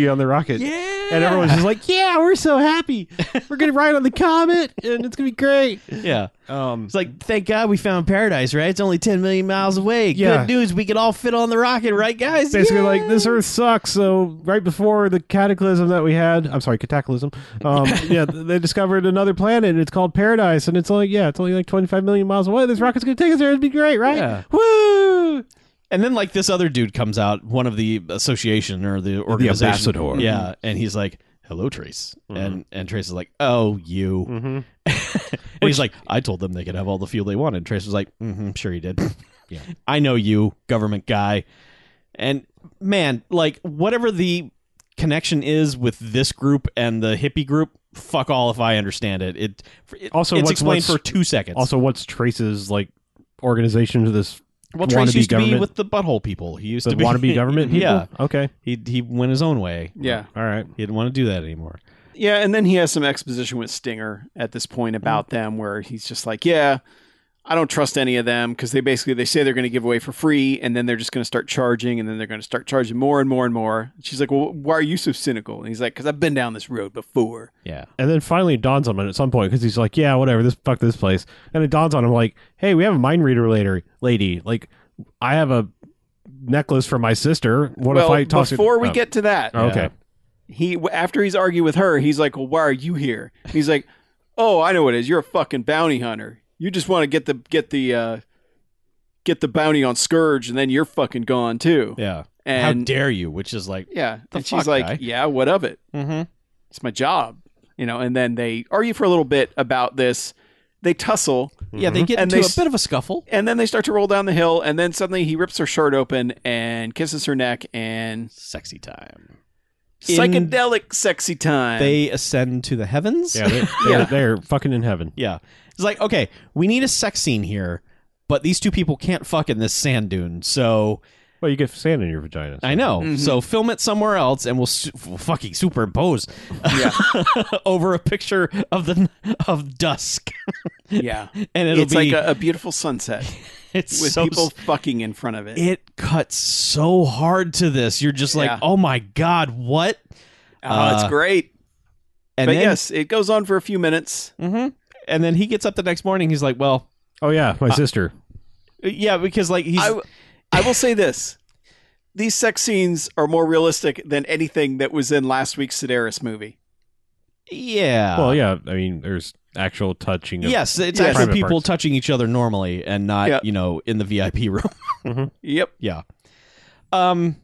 on the rocket. And everyone's just like, "Yeah, we're so happy. We're gonna ride on the comet, and it's gonna be great."
Yeah.
Um,
It's like, thank God we found paradise, right? It's only 10 million miles away.
Yeah.
Good news, we can all fit on the rocket, right, guys?
basically
Yay!
like this earth sucks so right before the cataclysm that we had i'm sorry cataclysm
[LAUGHS]
um yeah th- they discovered another planet and it's called paradise and it's only yeah it's only like 25 million miles away this rocket's gonna take us there it'd be great right
Yeah.
woo
And then, like, this other dude comes out, one of the association or the organization.
ambassador. Mm-hmm.
Yeah. And he's like, hello, Trace. And, and Trace is like, oh, you. and he's like, I told them they could have all the fuel they wanted. Trace was like, mm-hmm, sure
[LAUGHS]
you did. yeah. [LAUGHS] I know you, government guy. And man, like whatever the connection is with this group and the hippie group, fuck all if I understand it. It, it
Also,
it's
what's-
explained
what's-
for two seconds.
also what's trace's like organization to this
well, Trace
wannabe
used to be
government-
with the butthole people. He used
the
to be
wannabe
[LAUGHS]
government people
Yeah,
okay
he he went his own way.
Yeah.
all right
He didn't want to do that anymore.
Yeah, and then he has some exposition with Stinger at this point about
Mm-hmm.
them where he's just like, "Yeah, I don't trust any of them because they basically they say they're going to give away for free and then they're just going to start charging and then they're going to start charging more and more and more." She's like, "Well, why are you so cynical?" And he's like, "Cuz I've been down this road before."
Yeah,
and then finally it dawns on him at some point because he's like, "Yeah, whatever, this fuck this place." And it dawns on him like, "Hey, we have a mind reader later, lady. Like, I have a necklace from my sister. What
well,
if I toss it?"
before we
Oh.
get to that,
Oh, okay,
he after he's argued with her, he's like, "Well, why are you here?" And he's like, "Oh, I know what it is. You're a fucking bounty hunter. You just want to get the get the uh, get the bounty on Scourge, and then you're fucking gone too."
yeah. How
And
dare you? Which is like,
yeah,
The
and
fuck,
she's like,
guy?
"Yeah, what of it?
Mm-hmm.
mhm.
It's my job, you know." And then they argue for a little bit about this. They tussle,
yeah.
Mm-hmm.
They get
And
into
they
a
s-
bit of a scuffle.
and then they start to roll down the hill. And then suddenly he rips her shirt open and kisses her neck, and
Sexy time. In-
psychedelic sexy time.
They ascend to the
[LAUGHS]
heavens.
yeah, they, they're,
Yeah.
they're fucking in heaven.
Yeah. It's like, okay, we need a sex scene here, but these two people can't fuck in this sand dune. So
Well, you get sand in your vagina. so-
I know.
Mhm.
So film it somewhere else and we'll, su- we'll fucking superimpose [LAUGHS]
yeah,
over a picture of the of dusk. [LAUGHS]
yeah.
And it'll
It's
be
like a, a beautiful
[LAUGHS]
sunset.
it's
with
so
people fucking in front of it.
it cuts so hard to this. You're just like,
Yeah.
"Oh my god, what?"
oh,
uh,
it's great.
And
But
then Mm-hmm.
yes, it goes on for a few minutes.
Mhm. and then he gets up the next morning. He's like, "Well,
Oh yeah, my sister.
Yeah, because like he's
I, w- I will say this: these sex scenes are more realistic than anything that was in last week's Sedaris movie.
yeah.
well, yeah. I mean, there's actual touching. Of,
Yes, it's
Yes.
actually
Private
people
parts.
touching each other normally and not,
Yeah.
you know, in the VIP [LAUGHS] room.
Yep.
yeah. Um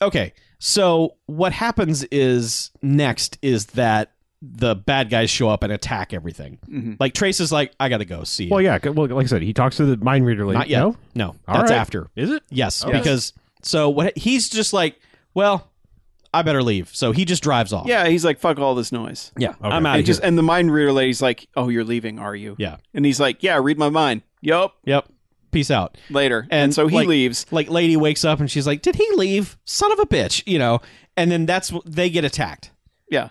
okay. So what happens is next is that the bad guys show up and attack everything.
Mhm.
Like Trace is like, I gotta go see.
Well,
it."
yeah. c- Well, like I said, he talks to the mind reader. Lady.
Not yet.
No?
No,
All
that's
right.
after.
Is it?
Yes,
Okay.
because so what he's just like, well, I better leave. So he just drives off.
Yeah, he's like, "Fuck all this noise."
yeah,
Okay.
I'm out
And
of
just
here.
and the mind reader lady's like, "Oh, you're leaving, are you?"
Yeah.
And he's like, "Yeah, read my mind." Yup.
Yep. Peace out.
Later. And,
And,
so he
like-
leaves.
Like lady wakes up and she's like, did he leave? Son of a bitch, you know. And then that's wh- they get attacked.
Yeah.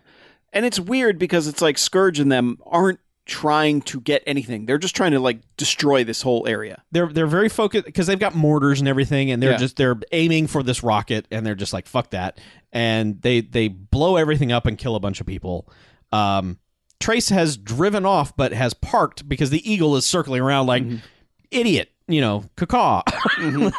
And it's weird because it's like Scourge and them aren't trying to get anything. They're just trying to like destroy this whole area.
They're they're very focused because they've got mortars and everything, and they're
Yeah.
just they're aiming for this rocket, and they're just like fuck that, and they they blow everything up and kill a bunch of people. Um, Trace has driven off, but has parked because the eagle is circling around like idiot, you know, [LAUGHS] caca.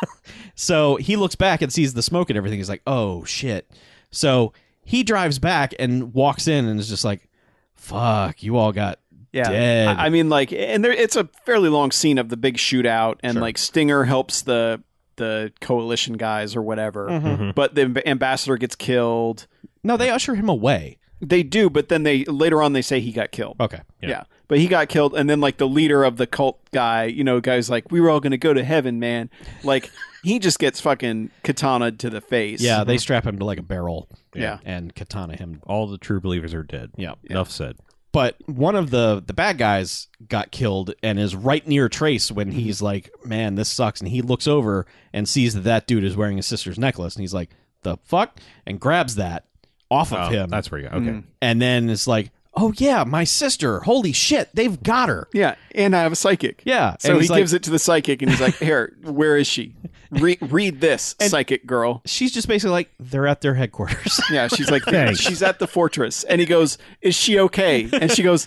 so he looks back and sees the smoke and everything. He's like, oh shit. So he drives back and walks in and is just like, fuck, you all got
Yeah.
dead.
I I mean like and there it's a fairly long scene of the big shootout and like Stinger helps the the coalition guys or whatever.
Mm-hmm.
But the amb- ambassador gets killed.
no, they usher him away.
They do, but then they later on they say he got killed.
Okay.
Yeah.
Yeah. But he got killed and then like the leader of the cult guy, you know, guy's like, We were all gonna go to heaven, man. Like he just gets fucking katana to the face.
Yeah, they strap him to like a barrel.
Mhm. Yeah.
And katana him.
All the true believers are dead.
Yeah.
Enough said.
But one of the the bad guys got killed and is right near Trace when
Mhm.
he's like, "Man, this sucks." And he looks over and sees that that dude is wearing his sister's necklace and he's like, "The fuck?" and grabs that off of
Oh,
him. Mm.
That's where you. Okay.
and then it's like, "Oh yeah, my sister. Holy shit, they've got her."
Yeah, and I have a psychic.
Yeah.
So
and
he
he's like,
gives it to the psychic, and he's like, "Here, where is she? Re- read this, psychic girl."
She's just basically like, "They're at their headquarters." [LAUGHS]
Yeah, she's like,
[LAUGHS] Thanks.
"She's at the fortress," and he goes, "Is she okay?" And she goes,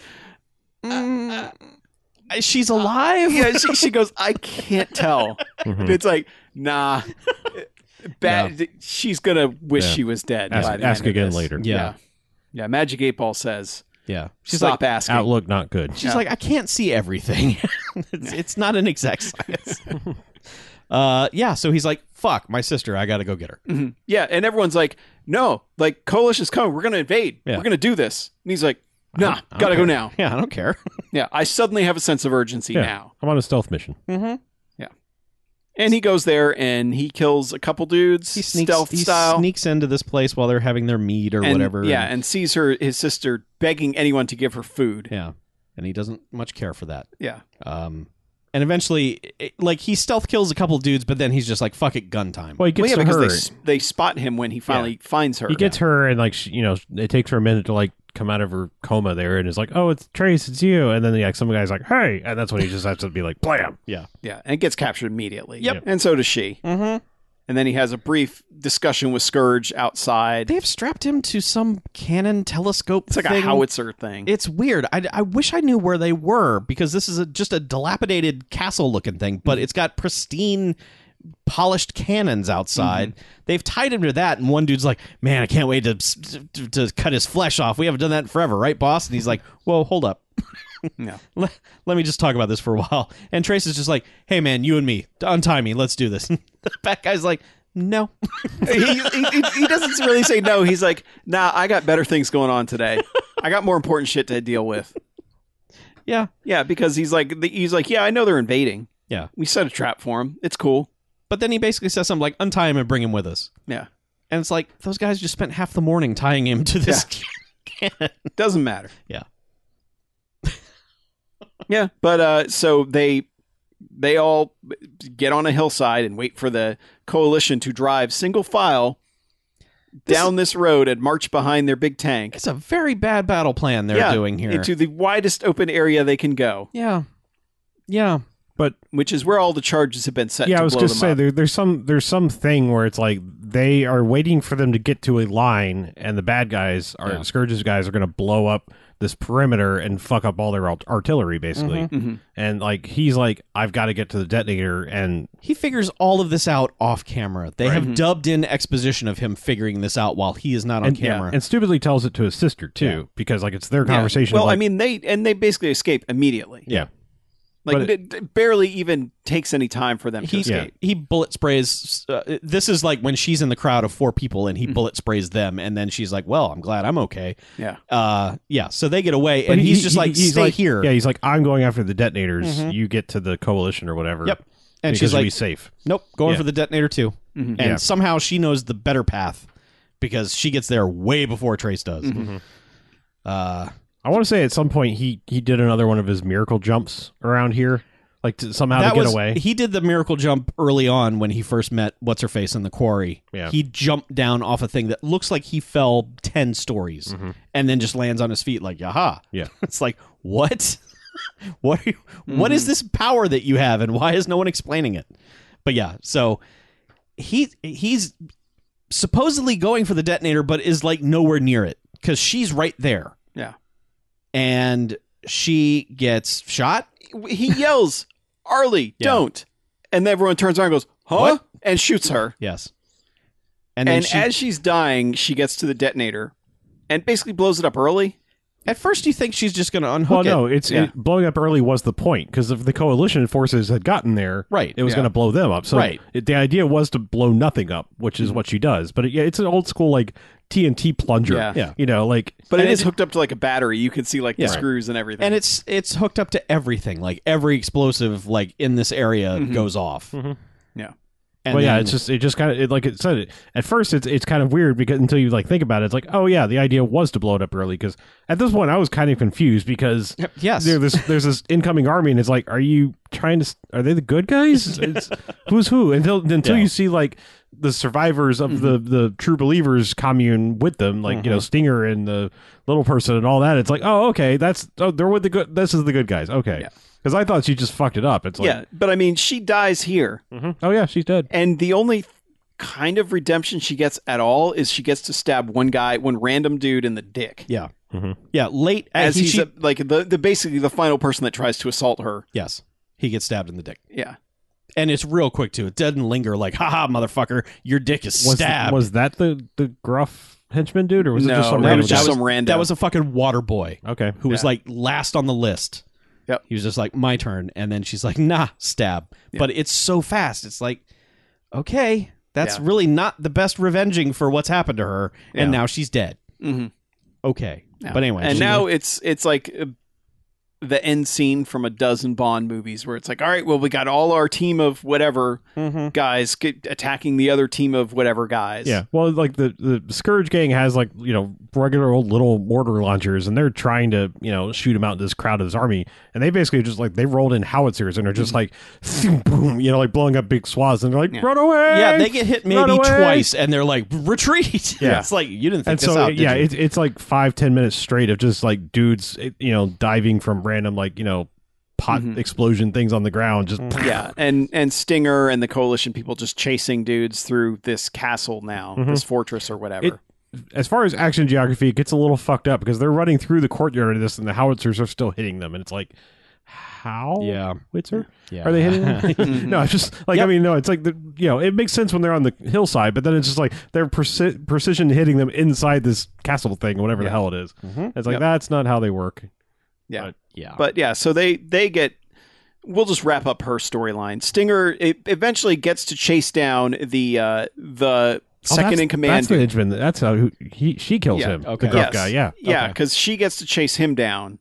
She's alive.
Uh, "Yeah." She, she goes, "I can't tell."
Mm-hmm.
It's like, nah, bad. She's gonna wish
Yeah.
she was dead.
Ask,
by the
ask
end of
again
this.
later.
Yeah.
Yeah. yeah. Magic Eight Ball says,
Yeah. She's like,
"Stop asking."
Outlook not good.
She's like, I can't see everything. [LAUGHS] it's, it's not an exact
[LAUGHS]
science. uh, yeah. So he's like, fuck, my sister. I got to go get her.
Mm-hmm. Yeah, and everyone's like, "No, like coalition's coming. We're gonna invade.
Yeah.
We're gonna do this." And he's like, "Nah,
Uh-huh.
gotta go now."
Yeah. I don't care.
Yeah, I suddenly have a sense of urgency
Yeah.
now.
I'm on a stealth mission.
Mm-hmm.
And he goes there and he kills a couple dudes,
He sneaks,
stealth
he
style,
sneaks into this place while they're having their meat or
and,
whatever.
Yeah,
And,
and sees her his sister begging anyone to give her food.
yeah. And he doesn't much care for that.
Yeah,
Um, and eventually, it, like, he stealth kills a couple dudes, but then he's just like, fuck it, gun time.
Well, he
well,
gets
yeah,
to
because
her.
they s- they spot him when he finally finds her.
he gets her, and like she, you know, it takes her a minute to like come out of her coma there, and is like, "Oh, it's Trace, it's you." And then like some guy's like, "Hey," and that's when he just has to be like, "Blam."
yeah, and gets captured immediately.
Yep.
and so does she.
Mhm.
And then he has a brief discussion with Scourge outside.
They have strapped him to some cannon telescope
It's like
thing.
a howitzer thing.
It's weird. I, I wish I knew where they were because this is a, just a dilapidated castle looking thing, but it's got pristine polished cannons outside. They've tied him to that, and one dude's like, "Man, I can't wait to, to to cut his flesh off. We haven't done that in forever, right, boss?" And he's like, "Whoa, hold up."
Yeah.
Let, let me just talk about this for a while. And Trace is just like, "Hey, man, you and me, untie me. Let's do this." [LAUGHS] the fat guy's like, "No."
[LAUGHS]
[LAUGHS]
he, he, he- he doesn't really say no. He's like, "Nah, I got better things going on [LAUGHS] today. I got more important shit to deal with."
yeah,
Yeah, because he's like he's like, yeah, I know they're invading.
yeah.
We set a trap for him. It's cool.
But then he basically says something like, "Untie him and bring him with us."
Yeah,
And it's like those guys just spent half the morning tying him to this. [LAUGHS] cannon.
doesn't matter.
[LAUGHS] Yeah.
yeah, but uh, so they they all get on a hillside and wait for the coalition to drive single file down this road and march behind their big tank.
It's a very bad battle plan they're
yeah,
doing here.
into the widest open area they can go.
yeah, yeah.
But
which is where all the charges have been set.
yeah,
Uh, to
I was
blow
gonna
them
say
up.
there, there's some there's some thing where it's like they are waiting for them to get to a line, and the bad guys, our
Yeah.
Scourge's guys, are gonna blow up this perimeter and fuck up all their art- artillery basically.
Mhm.
And like he's like, I've got to get to the detonator, and
He figures all of this out off camera. They
Mm-hmm.
have dubbed in exposition of him figuring this out while he is not on
and,
camera.
and stupidly tells it to his sister too, because like it's their
Yeah.
conversation.
Well,
like-
I mean, they and they basically escape immediately.
yeah,
like
but
it, it barely even takes any time for them to
he
escape.
he bullet sprays. Uh, this is like when she's in the crowd of four people
Mm-hmm.
and he bullet sprays them, and then she's like, "Well, I'm glad I'm okay."
Yeah.
Uh, yeah. So they get away,
But
and
he-
he's
he-
just like,
he's
"Stay
like-
here."
Yeah, he's like, I'm going after the detonators.
Mhm.
You get to the coalition or whatever.
Yep. And
because
she's
we
like,
safe.
"Nope, going
Yeah. Mm-hmm.
for the detonator too."
Mhm.
And
Yeah.
somehow she knows the better path because she gets there way before Trace does.
Mm-hmm.
Mhm.
Uh,
I want to say at some point he he did another one of his miracle jumps around here, like to, somehow to
that
get
was
away.
he did the miracle jump early on when he first met what's her face in the quarry.
Yeah.
He jumped down off a thing that looks like he fell ten stories and then just lands on his feet like yaha.
Mm-hmm. Yeah.
[LAUGHS] It's like what? [LAUGHS] what? Are you, what
Mm.
is this power that you have, and why is no one explaining it? But yeah, so he he's supposedly going for the detonator, but is like nowhere near it because she's right there.
Yeah.
and she gets shot.
He yells, "Arlie,
Yeah.
don't!" And everyone turns around and goes, "Huh?"
What?
and shoots her.
Yes,
And,
and then she,
as she's dying, she gets to the detonator and basically blows it up early.
At first, you think she's just going to
well,
unhook it.
no, it's
Yeah.
it, blowing up early was the point because if the coalition forces had gotten there,
Right,
it was
yeah.
going to blow them up. So
Right. Mm-hmm.
it, the idea was to blow nothing up, which is what she does. But it, yeah, it's an old school like TNT plunger.
Yeah.
Yeah.
you know, like
But
And
it is
it-
hooked up to like a battery. You can see like the
Yeah.
screws and everything.
And it's it's hooked up to everything. Like every explosive, like in this area,
Mhm.
goes off.
Mhm.
Yeah.
And
well, yeah,
then-
it's just it just kind of it, like it said. It, at first, it's it's kind of weird because until you like think about it, it's like, oh yeah, the idea was to blow it up early. Because at this point, I was kind of confused because
yes.
there, there's there's this incoming army, and it's like, are you trying to? s- Are they the good
[LAUGHS]
guys? It's, who's who? Until until
Yeah. Mm-hmm.
you see like the survivors of the the true believers commune with them, like you know Stinger and the little person and all that. It's like, oh okay, that's oh they're with the good. This is the good guys. Okay,
Yeah.
because I thought she just fucked it up. It's like,
yeah, but I mean, she dies here,
Mm-hmm.
mhm. oh yeah, she's dead.
and the only kind of redemption she gets at all is she gets to stab one guy, one random dude in the dick.
yeah.
Mhm.
Yeah. Late
As
he-
he's
she-
a, like the, the basically the final person that tries to assault her.
yes, he gets stabbed in the dick,
Yeah.
and it's real quick too. It doesn't linger. Like, haha, motherfucker, your dick is
Was,
stabbed.
was that the the gruff henchman dude, or was it
No,
just some
that
random
was just
guy?
some random.
that was a fucking water boy
okay,
who was
Yeah.
like last on the list.
Yep.
He was just like, my turn, and then she's like, nah, stab.
Yeah.
But it's so fast. It's like, okay, that's
Yeah.
really not the best revenging for what's happened to her, and
Yeah.
now she's dead.
Mhm.
Okay.
Yeah.
But anyway,
and
she-
now it's it's like uh, the end scene from a dozen Bond movies where it's like, all right, well, we got all our team of whatever
Mhm.
guys get attacking the other team of whatever guys.
Yeah, well, like the the Scourge gang has like you know regular old little mortar launchers, and they're trying to you know shoot him out in this crowd of his army, and they basically just like they rolled in howitzers and are just like thum, boom, you know, like blowing up big swaths, and they're like
Yeah.
run away.
yeah, they get hit
Run
maybe
away!
twice, and they're like, retreat. [LAUGHS]
Yeah.
it's like, you didn't think
And
this
so
out, did
yeah,
you?
it's it's like five ten minutes straight of just like dudes it- you know diving from random like you know pot
Mhm.
explosion things on the ground, just
Yeah, and and Stinger and the coalition people just chasing dudes through this castle now,
Mhm.
this fortress or whatever.
It- as far as action geography, it gets a little fucked up because they're running through the courtyard of this, and the howitzers are still hitting them, and it's like, how?
yeah.
Howitzer?
Yeah.
Are they hitting
[LAUGHS]
Mm-hmm.
them? [LAUGHS] no, it's just like I
Yep.
mean, no, it's like the, you know, it makes sense when they're on the hillside, but then it's just like they're preci- precision hitting them inside this castle thing, whatever the
Yeah.
hell it is.
Mhm.
It's like
Yep.
that's not how they work. Oh,
Yeah.
But yeah, so they they get. We'll just wrap up her storyline. Stinger it eventually gets to chase down the uh, the
Oh,
second
that's-
in command.
That's the
dude.
henchman. That's how who, he she kills
Yeah,
him.
okay.
The gruff
Yes.
guy. Yeah.
Yeah,
Okay.
because she gets to chase him down.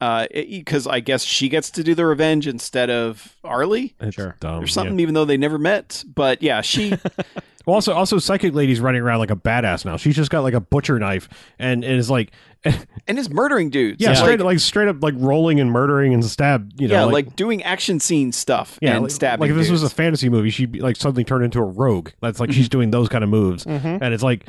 uh, Because I guess she gets to do the revenge instead of Arlie
It's
Sure.
dumb,
or
Oh, yeah.
something, even though they never met. But
[LAUGHS]
yeah, she.
Well, also, also, psychic lady's running around like a badass now. She's just got like a butcher knife and, and is like,
and is murdering dudes.
yeah,
It's
straight
like,
like straight up like rolling and murdering and stab. You know,
yeah, like, doing action scene stuff
yeah,
and
like,
stabbing.
Like if this was a
dudes. Mm-hmm.
fantasy movie, she'd be, like suddenly turn into a rogue. That's like she's doing those kind of moves,
Mhm.
and it's like,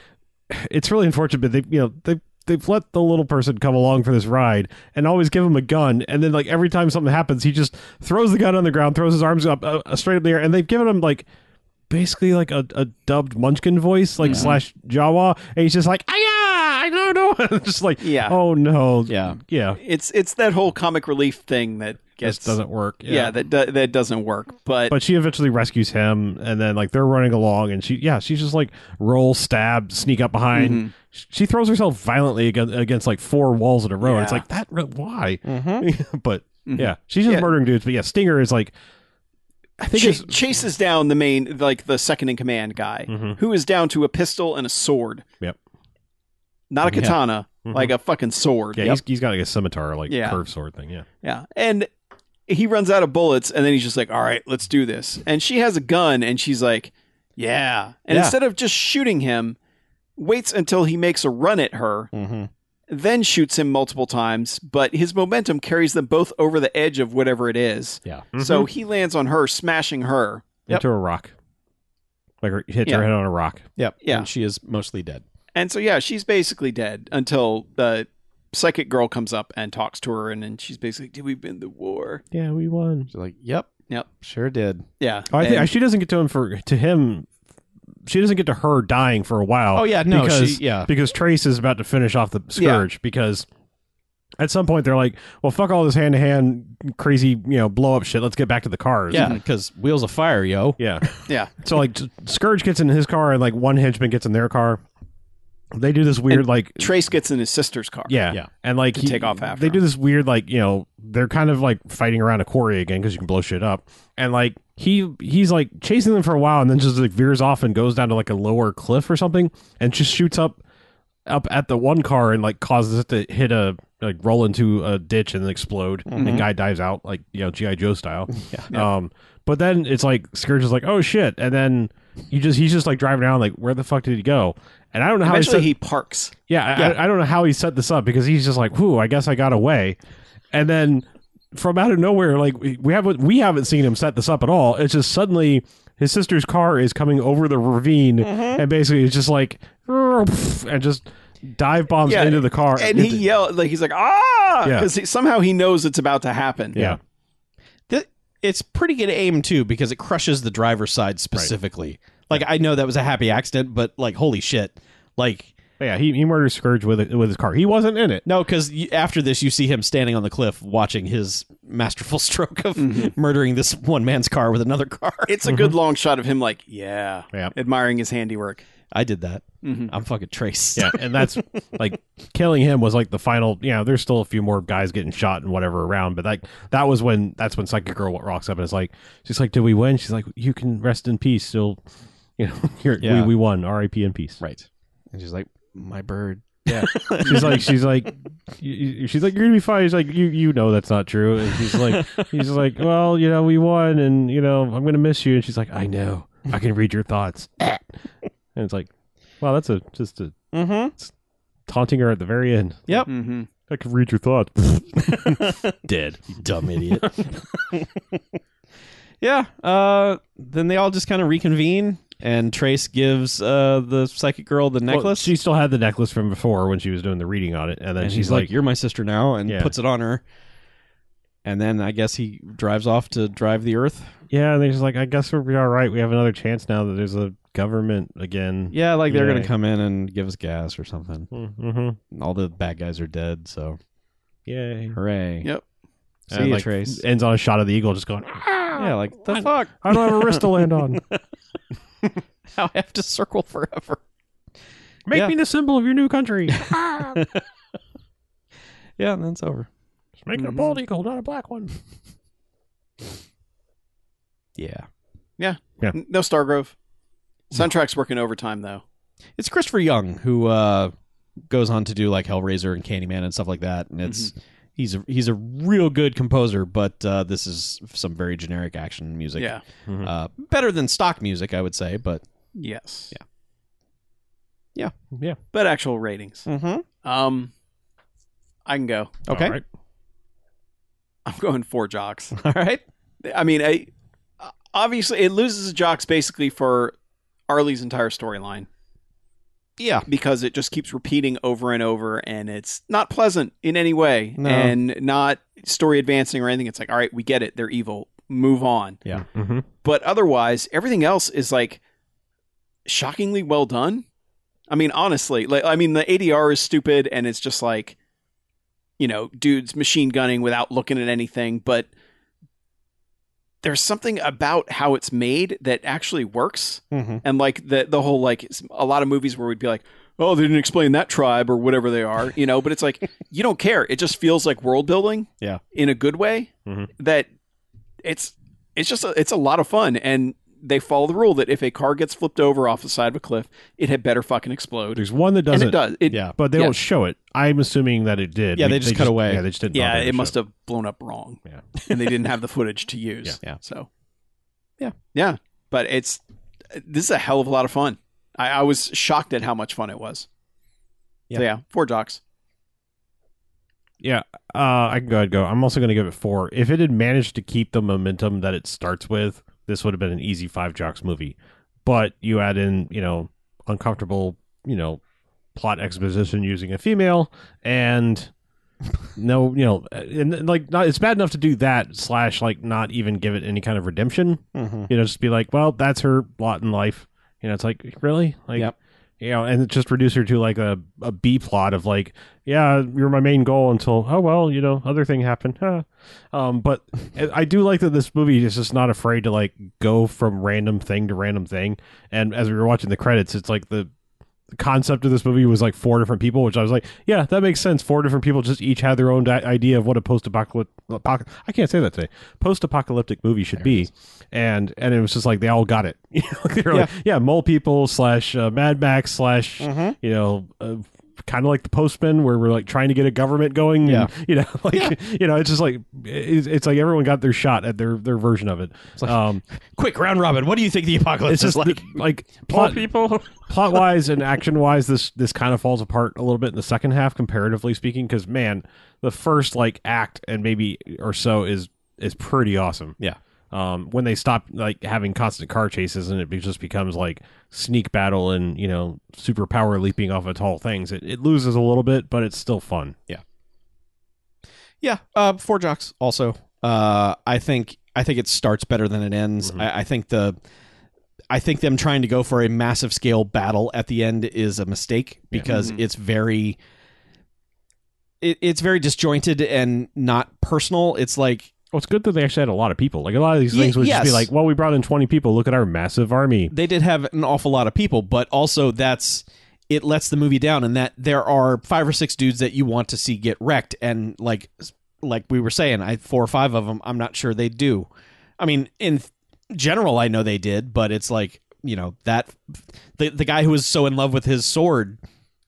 it's really unfortunate. But they, you know, they they've let the little person come along for this ride and always give him a gun and then like every time something happens he just throws the gun on the ground throws his arms up uh, uh, straight up in the air and they've given him like basically like a, a dubbed munchkin voice
Mm-hmm.
like slash jawa and he's just like ah i don't know [LAUGHS] just like
Yeah.
oh no
Yeah.
yeah
It's it's that whole comic relief thing that gets
this doesn't work
Yeah, that do, that doesn't work. But,
but she eventually rescues him and then like they're running along and she yeah she's just like roll stab sneak up behind
Mm-hmm,
Sh- she throws herself violently against, against like four walls in a row and it's
Yeah.
like that re-
[LAUGHS]
why [LAUGHS]
Mm-hmm.
but
Mhm.
yeah she's just
Yeah.
murdering dudes but yeah stinger is like i think
cha-
it's
chases down the main like the second in command guy
Mhm.
who is down to a pistol and a sword.
Yep.
Not a
Yeah.
katana,
Mhm.
like a fucking sword.
yeah
Yep.
he's, he's got like a scimitar like
Yeah.
curved sword thing yeah
Yeah. And he runs out of bullets and then he's just like, all right, let's do this. And she has a gun and she's like, yeah. And
Yeah.
instead of just shooting him, waits until he makes a run at her,
Mm-hmm.
then shoots him multiple times, but his momentum carries them both over the edge of whatever it is.
Yeah.
So he lands on her, smashing her.
Yep.
Mm-hmm. into a rock like her- hit
Yeah.
her head on a rock
Yep.
Yeah.
And she is mostly dead.
And so, yeah, she's basically dead until the psychic girl comes up and talks to her. And then she's basically, did we win the war?
yeah we won
She's like, "Yep,
Yep.
sure did."
Yeah.
oh, I
And-
think she doesn't get to him for to him she doesn't get to her dying for a while
Oh yeah, no,
because
she, yeah,
because Trace is about to finish off the scourge because at some point they're like, well, fuck all this hand to hand crazy, you know, blow up shit. Let's get back to the cars.
yeah, because wheels of fire, yo.
Yeah.
yeah.
So like S- Scourge gets in his car and like one henchman gets in their car. They do this weird like
Trace gets in his sister's car.
yeah.
Yeah.
And like
To take off after
They
him.
do this weird like, you know, they're kind of like fighting around a quarry again cuz you can blow shit up. And like he he's like chasing them for a while and then just like veers off and goes down to like a lower cliff or something and just shoots up up at the one car and like causes it to hit a like roll into a ditch and explode and guy dives out like you know GI Joe style.
Mm-hmm. [LAUGHS] Yeah.
Um but then it's like Scourge is like, "Oh shit." And then you just he's just like driving around like, "Where the fuck did he go?" And I don't know how
Eventually,
set-
he parks.
yeah, I-
Yeah.
I, I don't know how he set this up because he's just like, "Whoo, I guess I got away," and then from out of nowhere, like we we haven't we haven't seen him set this up at all. It's just suddenly his sister's car is coming over the ravine,
Mm-hmm.
and basically it's just like and just dive bombs
Yeah,
into the car.
and he yelled like he's like ah
Uh, Yeah.
because somehow he knows it's about to happen
yeah,
Th- it's pretty good aim too because it crushes the driver's side specifically. Like I know that was a happy accident, but like holy shit, like
yeah, he, he murders Scourge with it with his car. He wasn't in it.
no, because after this you see him standing on the cliff watching his masterful [LAUGHS] stroke of murdering this one man's car with another car.
it's a good long shot of him like yeah
Mm-hmm. Yeah.
admiring his handiwork
I did that.
Mhm.
I'm fucking Trace.
Yeah, and that's like killing him was like the final. You know, there's still a few more guys getting shot and whatever around, but like that was when that's when Psychic Girl rocks up and is like, she's like, "Did we win?" She's like, "You can rest in peace." Still, [LAUGHS] you know, you're,
Yeah.
we we won. R.I.P. in peace.
[LAUGHS] right. And she's like, my bird.
She's like, she's like, you- you- she's like, "You're gonna be fine." She's like, "You you know that's not true." And she's like, he's like, "Well, you know, we won, and you know, I'm gonna miss you." And she's like, "I know. I can read your thoughts." [LAUGHS] and it's like, wow, that's a just a
Mm-hmm.
taunting her at the very end.
Yep.
mm-hmm.
I can read your thoughts.
dead. You dumb idiot. yeah. Uh, then they all just kind of reconvene, and Trace gives uh, the psychic girl the necklace.
Well, she still had the necklace from before when she was doing the reading on it, and then
and
she's
he's like,
like,
"You're my sister now," and
Yeah.
puts it on her. And then I guess he drives off to drive the Earth.
"Yeah," and they're just like, "I guess we'll be all right. We have another chance now that there's a government again."
Yeah, like they're gonna
Yay.
come in and give us gas or something.
Mm-hmm.
All the bad guys are dead, so
Yay!
hooray!
Yep.
See
And,
ya,
like, eh,
Trace.
ends on a shot of the eagle, just going, "Ah,
yeah, like the fuck. [LAUGHS]
"I don't have a wrist to land on.
Now I have to circle forever.
Make
Yeah.
me the symbol of your new
[LAUGHS]
country.
Yeah, and then it's over.
Just make it a
Mm-hmm.
bald eagle, not a black one."
Yeah,
N- no stargrove
Mm-hmm.
soundtrack's working overtime though
it's Christopher Young who uh, goes on to do like Hellraiser and Candyman and stuff like that, and it's
Mm-hmm.
he's a, he's a real good composer, but uh, this is some very generic action music.
yeah
uh, better than stock music, I would say, but
yes
Yeah.
Yeah. Mm.
but actual ratings um i can go
okay,
Mm-hmm. All right.
[LAUGHS] i'm going four jocks
[LAUGHS] all right.
i mean i obviously it loses jocks basically for arlie's entire storyline
Yeah.
because it just keeps repeating over and over and it's not pleasant in any way
No.
and not story advancing or anything. It's like, all right, we get it. They're evil. Move on.
Yeah.
Mm-hmm.
But otherwise, everything else is like shockingly well done. I mean, honestly, like I mean the ADR is stupid and it's just like you know, dudes machine gunning without looking at anything, but there's something about how it's made that actually works
Mm-hmm.
and like the the whole like s- a lot of movies where we'd be like oh they didn't explain that tribe or whatever they are you know but it's [LAUGHS] like you don't care it just feels like world building
Yeah.
in a good way
Mhm.
that it's it's just a, it's a lot of fun and they follow the rule that if a car gets flipped over off the side of a cliff it had better fucking explode
There's one that
and
doesn't,
it does it
Yeah.
but they
Yeah.
don't show it. I'm assuming that it did.
Yeah, they just cut away.
Yeah, they just didn't.
yeah
bother to
it must
show
have blown up wrong
Yeah.
[LAUGHS] and they didn't have
[LAUGHS]
the footage to use
Yeah.
Yeah.
so yeah yeah but it's this is a hell of a lot of fun i, I was shocked at how much fun it was
Yeah.
so yeah four jocks
Yeah, uh, I can go ahead and go. I'm also going to give it four. If it had managed to keep the momentum that it starts with, this would have been an easy five jocks movie. But you add in, you know, uncomfortable, you know, plot exposition using a female and no, you know, and, and, like not, it's bad enough to do that slash like not even give it any kind of redemption.
Mm-hmm.
You know, just be like, well, that's her lot in life. You know, it's like really like.
Yep.
You know, and just reduce her to like a, a B plot of like, yeah, you're my main goal until oh well, you know, other thing happened. Huh. Um,
[LAUGHS]
but I do like that this movie is just not afraid to like go from random thing to random thing. And as we were watching the credits, it's like the the concept of this movie was like four different people, which I was like, yeah, that makes sense. Four different people just each had their own di- idea of what a post-apocalyptic I can't say that today post-apocalyptic movie should be, and and it was just like they all got it. [LAUGHS] You know, they were like, yeah, mole people slash uh, Mad Max slash
Mhm.
you know. Uh, kind of like the postman where we're like trying to get a government going
Yeah.
and, [LAUGHS] you know like you know it's just like it's, it's like everyone got their shot at their their version of it
like-
um
Quick round robin. What do you think the apocalypse
it's just
is like?
like [LAUGHS] like plot [LAUGHS]
people.
plot wise and action wise, this this kind of falls apart a little bit in the second half, comparatively speaking. Because man, the first like act and maybe or so is is pretty awesome.
Yeah.
Um, when they stop like having constant car chases and it be- just becomes like sneak battle and you know superpower leaping off of tall things, it, it loses a little bit, but it's still fun.
Yeah, uh, four jocks. Also, uh, I think I think it starts better than it ends.
Mhm.
I, I think the I think them trying to go for a massive scale battle at the end is a mistake because
Mhm.
it's very it, it's very disjointed and not personal. It's like
Well, it's good that they actually had a lot of people. Like a lot of these
Ye-
things would just
yes.
be like, well, we brought in twenty people. Look at our massive army.
they did have an awful lot of people, but also that's it lets the movie down in that there are five or six dudes that you want to see get wrecked, and like like we were saying, I four or five of them, I'm not sure they do. I mean, in general, I know they did, but it's like you know that the the guy who was so in love with his sword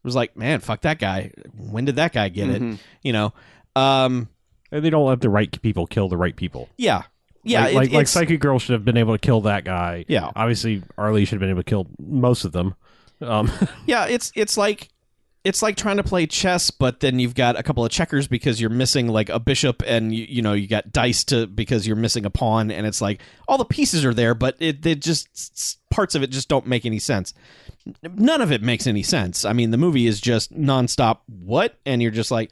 was like, man, fuck that guy. When did that guy get it?
Mm-hmm.
Mhm.
You know, um,
And they don't let the right people kill the right people.
yeah, yeah,
like
it-
like, like
it's-
Psychic Girl should have been able to kill that guy.
yeah.
obviously Arlie should have been able to kill most of them. Um, [LAUGHS]
Yeah, it's it's like it's like trying to play chess, but then you've got a couple of checkers because you're missing like a bishop, and you, you know you got dice to because you're missing a pawn, and it's like all the pieces are there, but it they just s- s- parts of it just don't make any sense. N- None of it makes any sense. I mean, the movie is just nonstop what, and you're just like,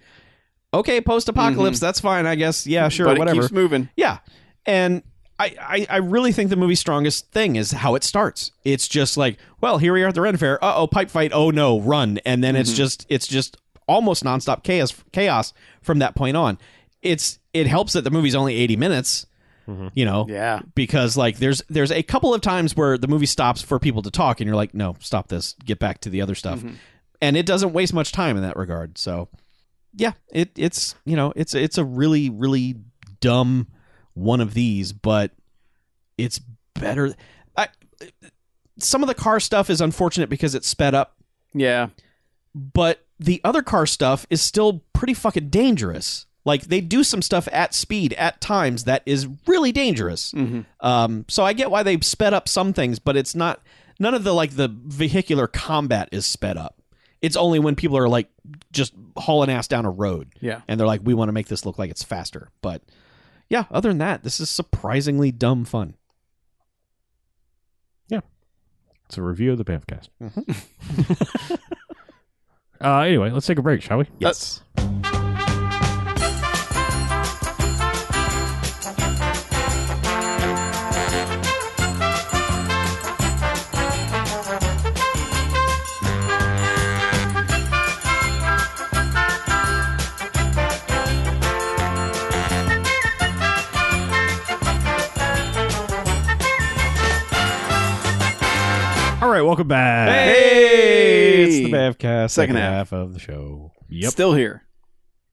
okay, post apocalypse, that's fine, I guess. Yeah, sure,
Mm-hmm. but
whatever.
It keeps moving.
Yeah. And I, I, I really think the movie's strongest thing is how it starts. It's just like, well, here we are at the Ren Fair. Uh oh, pipe fight. Oh no, run! And then it's just it's just almost nonstop chaos chaos from that point on. It's it helps that the movie's only eighty minutes. You know,
Yeah.
because like there's there's a couple of times where the movie stops for people to talk, and you're like, no, stop this, get back to the other stuff, and it doesn't waste much time in that regard. So, yeah, it it's you know it's it's a really really dumb one of these, but it's better. I some of the car stuff is unfortunate because it's sped up,
Yeah.
but the other car stuff is still pretty fucking dangerous. Like they do some stuff at speed at times that is really dangerous.
hmm
Um, so I get why they sped up some things, but it's not none of the like the vehicular combat is sped up. It's only when people are like just hauling ass down a road
Yeah. Uh,
and they're like, we want to make this look like it's faster. But yeah, other than that, this is surprisingly dumb fun.
It's a review of the Bamfcast. [LAUGHS] uh, anyway, let's take a break, shall we?
Yes.
All right, welcome back.
Hey!
It's the Bavcast.
Second half.
half of the show.
Yep.
Still here.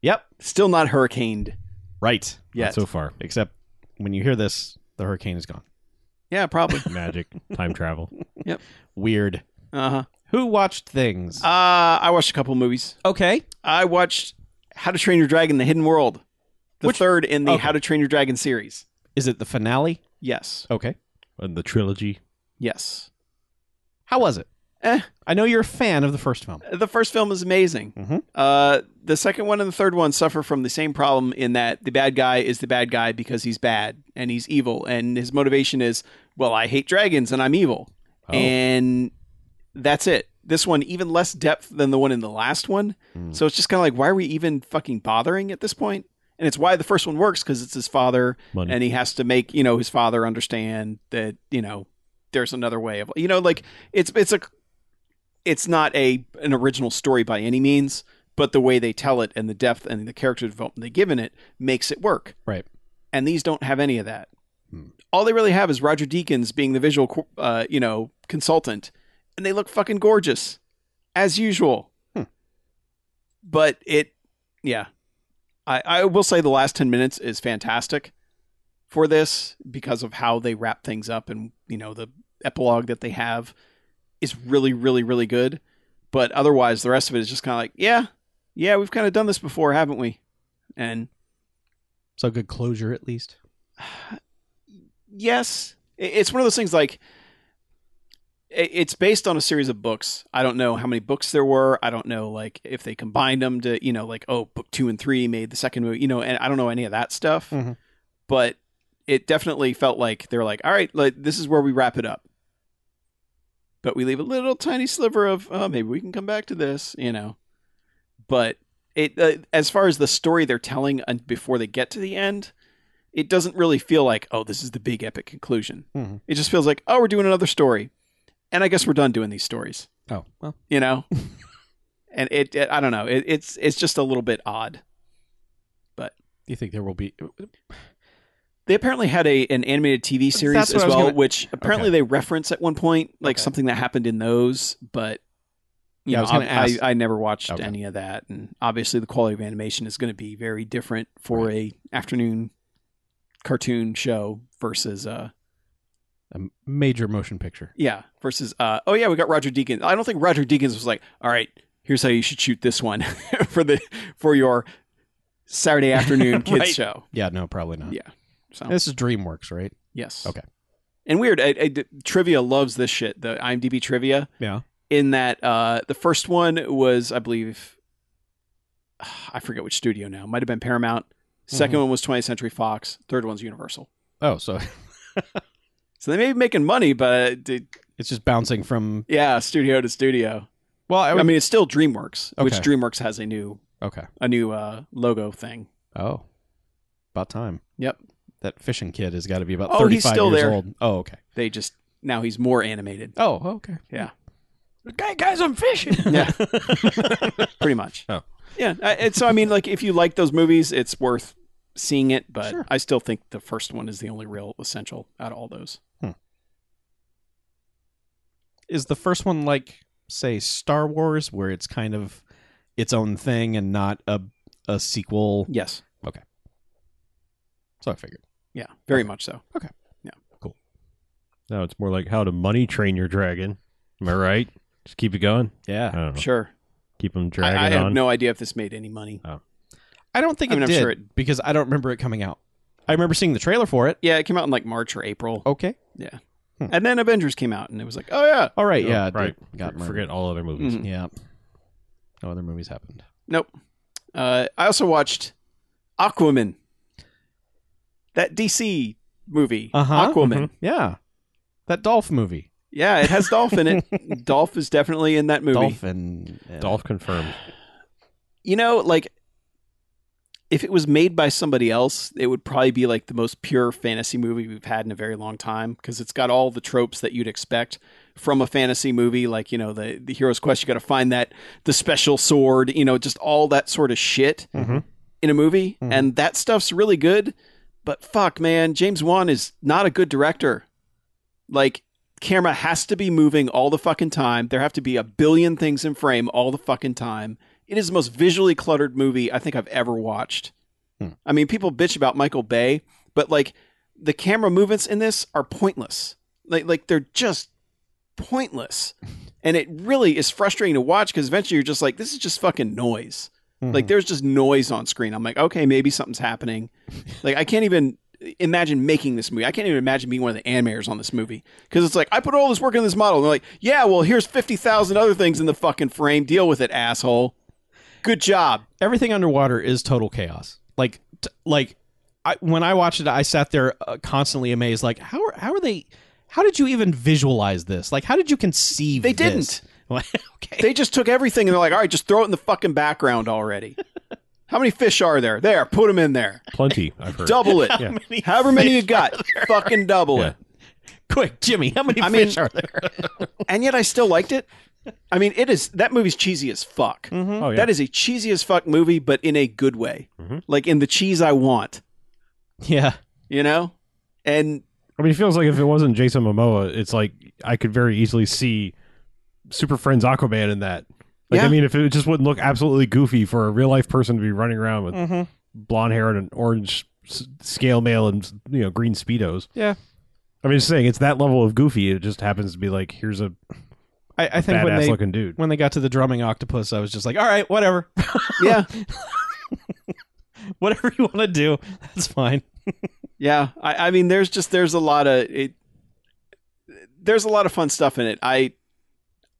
Yep.
Still not hurricaned
Right.
Not
yet.
so far.
Except when you hear this, the hurricane is gone.
yeah,
[LAUGHS]
probably.
Magic, time travel.
Weird.
Uh-huh.
Who watched things?
Uh, I watched a couple movies.
okay.
I watched How to Train Your Dragon: The Hidden World, the third in the
okay.
How to Train Your Dragon series.
Is it the finale?
Yes,
Okay.
And the trilogy.
yes.
How was it?
Eh.
I know you're a fan of the first film.
The first film is amazing.
Mhm.
Uh, the second one and the third one suffer from the same problem in that the bad guy is the bad guy because he's bad and he's evil, and his motivation is, well, I hate dragons and I'm evil,
Oh.
and that's it. This one even less depth than the one in the last one,
Mm.
so it's just kind of like, why are we even fucking bothering at this point? And it's why the first one works because it's his father
Money.
and he has to make you know his father understand that you know there's another way of you know like it's it's a it's not a an original story by any means but the way they tell it and the depth and the character development they give in it makes it work
Right.
and these don't have any of that
Hmm.
all they really have is roger deakins being the visual co- uh, you know consultant and they look fucking gorgeous as usual
Hmm.
but it yeah I, I will say the last 10 minutes is fantastic for this because of how they wrap things up and you know the epilogue that they have is really really really good but otherwise the rest of it is just kind of like yeah yeah we've kind of done this before haven't we and
So good closure at least.
yes I- it's one of those things like i- it's based on a series of books i don't know how many books there were i don't know like if they combined them to you know like oh book two and three made the second movie you know and i don't know any of that stuff
Mhm.
but it definitely felt like they're like all right like this is where we wrap it up but we leave a little tiny sliver of oh maybe we can come back to this you know but it uh, as far as the story they're telling and before they get to the end it doesn't really feel like, oh, this is the big epic conclusion.
Mhm.
It just feels like, oh, we're doing another story. And I guess we're done doing these stories,
Oh, well.
you
[LAUGHS]
know? and it, it- I don't know. It, it's, it's just a little bit odd.
Do you think there will be
They apparently had a, an animated TV series
That's what
as
I was
well,
gonna-
which apparently
Okay.
they reference at one point, like
Okay.
something that happened in those, but. You
Yeah, I
know,
was gonna
I,
ask-
I, I never watched
Okay.
any of that, and obviously the quality of animation is going to be very different for a afternoon cartoon show versus uh,
a major motion picture?
Yeah. Versus, uh, oh yeah, we got Roger Deakins. I don't think Roger Deakins was like, all right, here's how you should shoot this one [LAUGHS] for the for your
[LAUGHS]
Saturday afternoon kids
Right.
show.
Yeah, no, probably not.
Yeah. So
This is DreamWorks, right?
yes,
Okay.
And weird, I, I- trivia loves this shit. The IMDb trivia.
Yeah.
In that, uh, the first one was, I believe, I forget which studio now. Might have been Paramount. 2nd
Mm-hmm.
one was 20th Century Fox. Third one's Universal.
Oh, so [LAUGHS]
So they may be making money, but uh, d-
it's just bouncing from.
yeah, studio to studio.
Well, I,
I,
would,
mean, it's still DreamWorks, which
Okay.
DreamWorks has a new
okay.
a new uh, logo thing.
Oh, about time.
Yep.
That fishing kid has got to be about
Oh, he's
thirty-five
still
years
there.
old. Oh, okay.
They just now he's more animated.
Oh, okay.
Hey, guys, I'm fishing.
[LAUGHS] Yeah, pretty much.
Oh.
yeah. I, and so I mean, like, if you like those movies, it's worth seeing it. But
Sure.
I still think the first one is the only real essential out of all those.
Is the first one like say Star Wars, where it's kind of its own thing and not a a sequel?
Yes.
So I figured.
Yeah. Very much so.
No, it's more like how to money train your dragon. Am I right? Just keep it going. I
Yeah.
don't know.
Sure.
Keep them dragging
I, I have
on.
no idea if this made any money.
I don't think
I mean,
it
I'm
did
sure
because I don't remember it coming out. I remember seeing the trailer for it.
Yeah, it came out in like March or April,
Okay.
and then Avengers came out, and it was like, oh yeah,
All right.
Oh,
yeah. it
right.
did- Got
Forget
murdered.
all other movies.
Mhm.
Yeah. No other movies happened.
nope. Uh, I also watched Aquaman, that DC movie,
Uh-huh.
Aquaman.
Uh-huh.
mm-hmm. Yeah. That Dolph movie.
Yeah, it has Dolph in it. Dolph is definitely in that movie.
Dolphin. and-
Dolph confirmed.
You know, like if it was made by somebody else, it would probably be like the most pure fantasy movie we've had in a very long time because it's got all the tropes that you'd expect from a fantasy movie, like you know the the hero's quest. You got to find that the special sword, you know, just all that sort of shit
Mm-hmm.
Mhm.
in a movie,
Mhm.
and that stuff's really good. But fuck, man, James Wan is not a good director. Like, camera has to be moving all the fucking time. There have to be a billion things in frame all the fucking time. It is the most visually cluttered movie I think I've ever watched.
Hmm.
I mean, people bitch about Michael Bay, but like the camera movements in this are pointless. Like like they're just pointless. And it really is frustrating to watch because eventually you're just like, this is just fucking noise.
Mm-hmm.
Like there's just noise on screen. I'm like, okay, maybe something's happening. Like I can't even imagine making this movie. I can't even imagine being one of the animators on this movie because it's like I put all this work in this model. And they're like, yeah, well, here's fifty thousand other things in the fucking frame. Deal with it, asshole. Good job.
everything underwater is total chaos. Like, t- like I, when I watched it, I sat there uh, constantly amazed. Like, how are how are they? How did you even visualize this? Like, how did you conceive?
They
this?
didn't.
[LAUGHS] Like, okay.
They just took everything and they're like, all right, just throw it in the fucking background already. How many fish are there? There, put them in there.
Plenty, I've heard.
Double it.
many
However many you got, fucking double
Yeah.
it.
[LAUGHS] Quick, Jimmy, how many
I mean-
fish are there?
And yet I still liked it. I mean, it is that movie's cheesy as fuck.
Oh yeah.
That is a cheesy as fuck movie, but in a good way.
Mm-hmm.
Mhm.
Like in the cheese I want,
[LAUGHS] yeah.
you know? And
I mean, it feels like if it wasn't Jason Momoa, it's like I could very easily see Super Friends Aquaman in that. Like, I
Yeah.
mean, if it just wouldn't look absolutely goofy for a real life person to be running around with
Mm-hmm.
blonde hair and an orange s- scale mail and you know green speedos.
Yeah.
I mean, just saying, it's that level of goofy. It just happens to be like, here's a
I, I think when
badass
they
looking dude.
when they got to the drumming octopus, I was just like, all right, whatever, [LAUGHS]
yeah, [LAUGHS]
whatever you want to do, that's fine.
yeah. I, I mean, there's just, there's a lot of, it, there's a lot of fun stuff in it. I,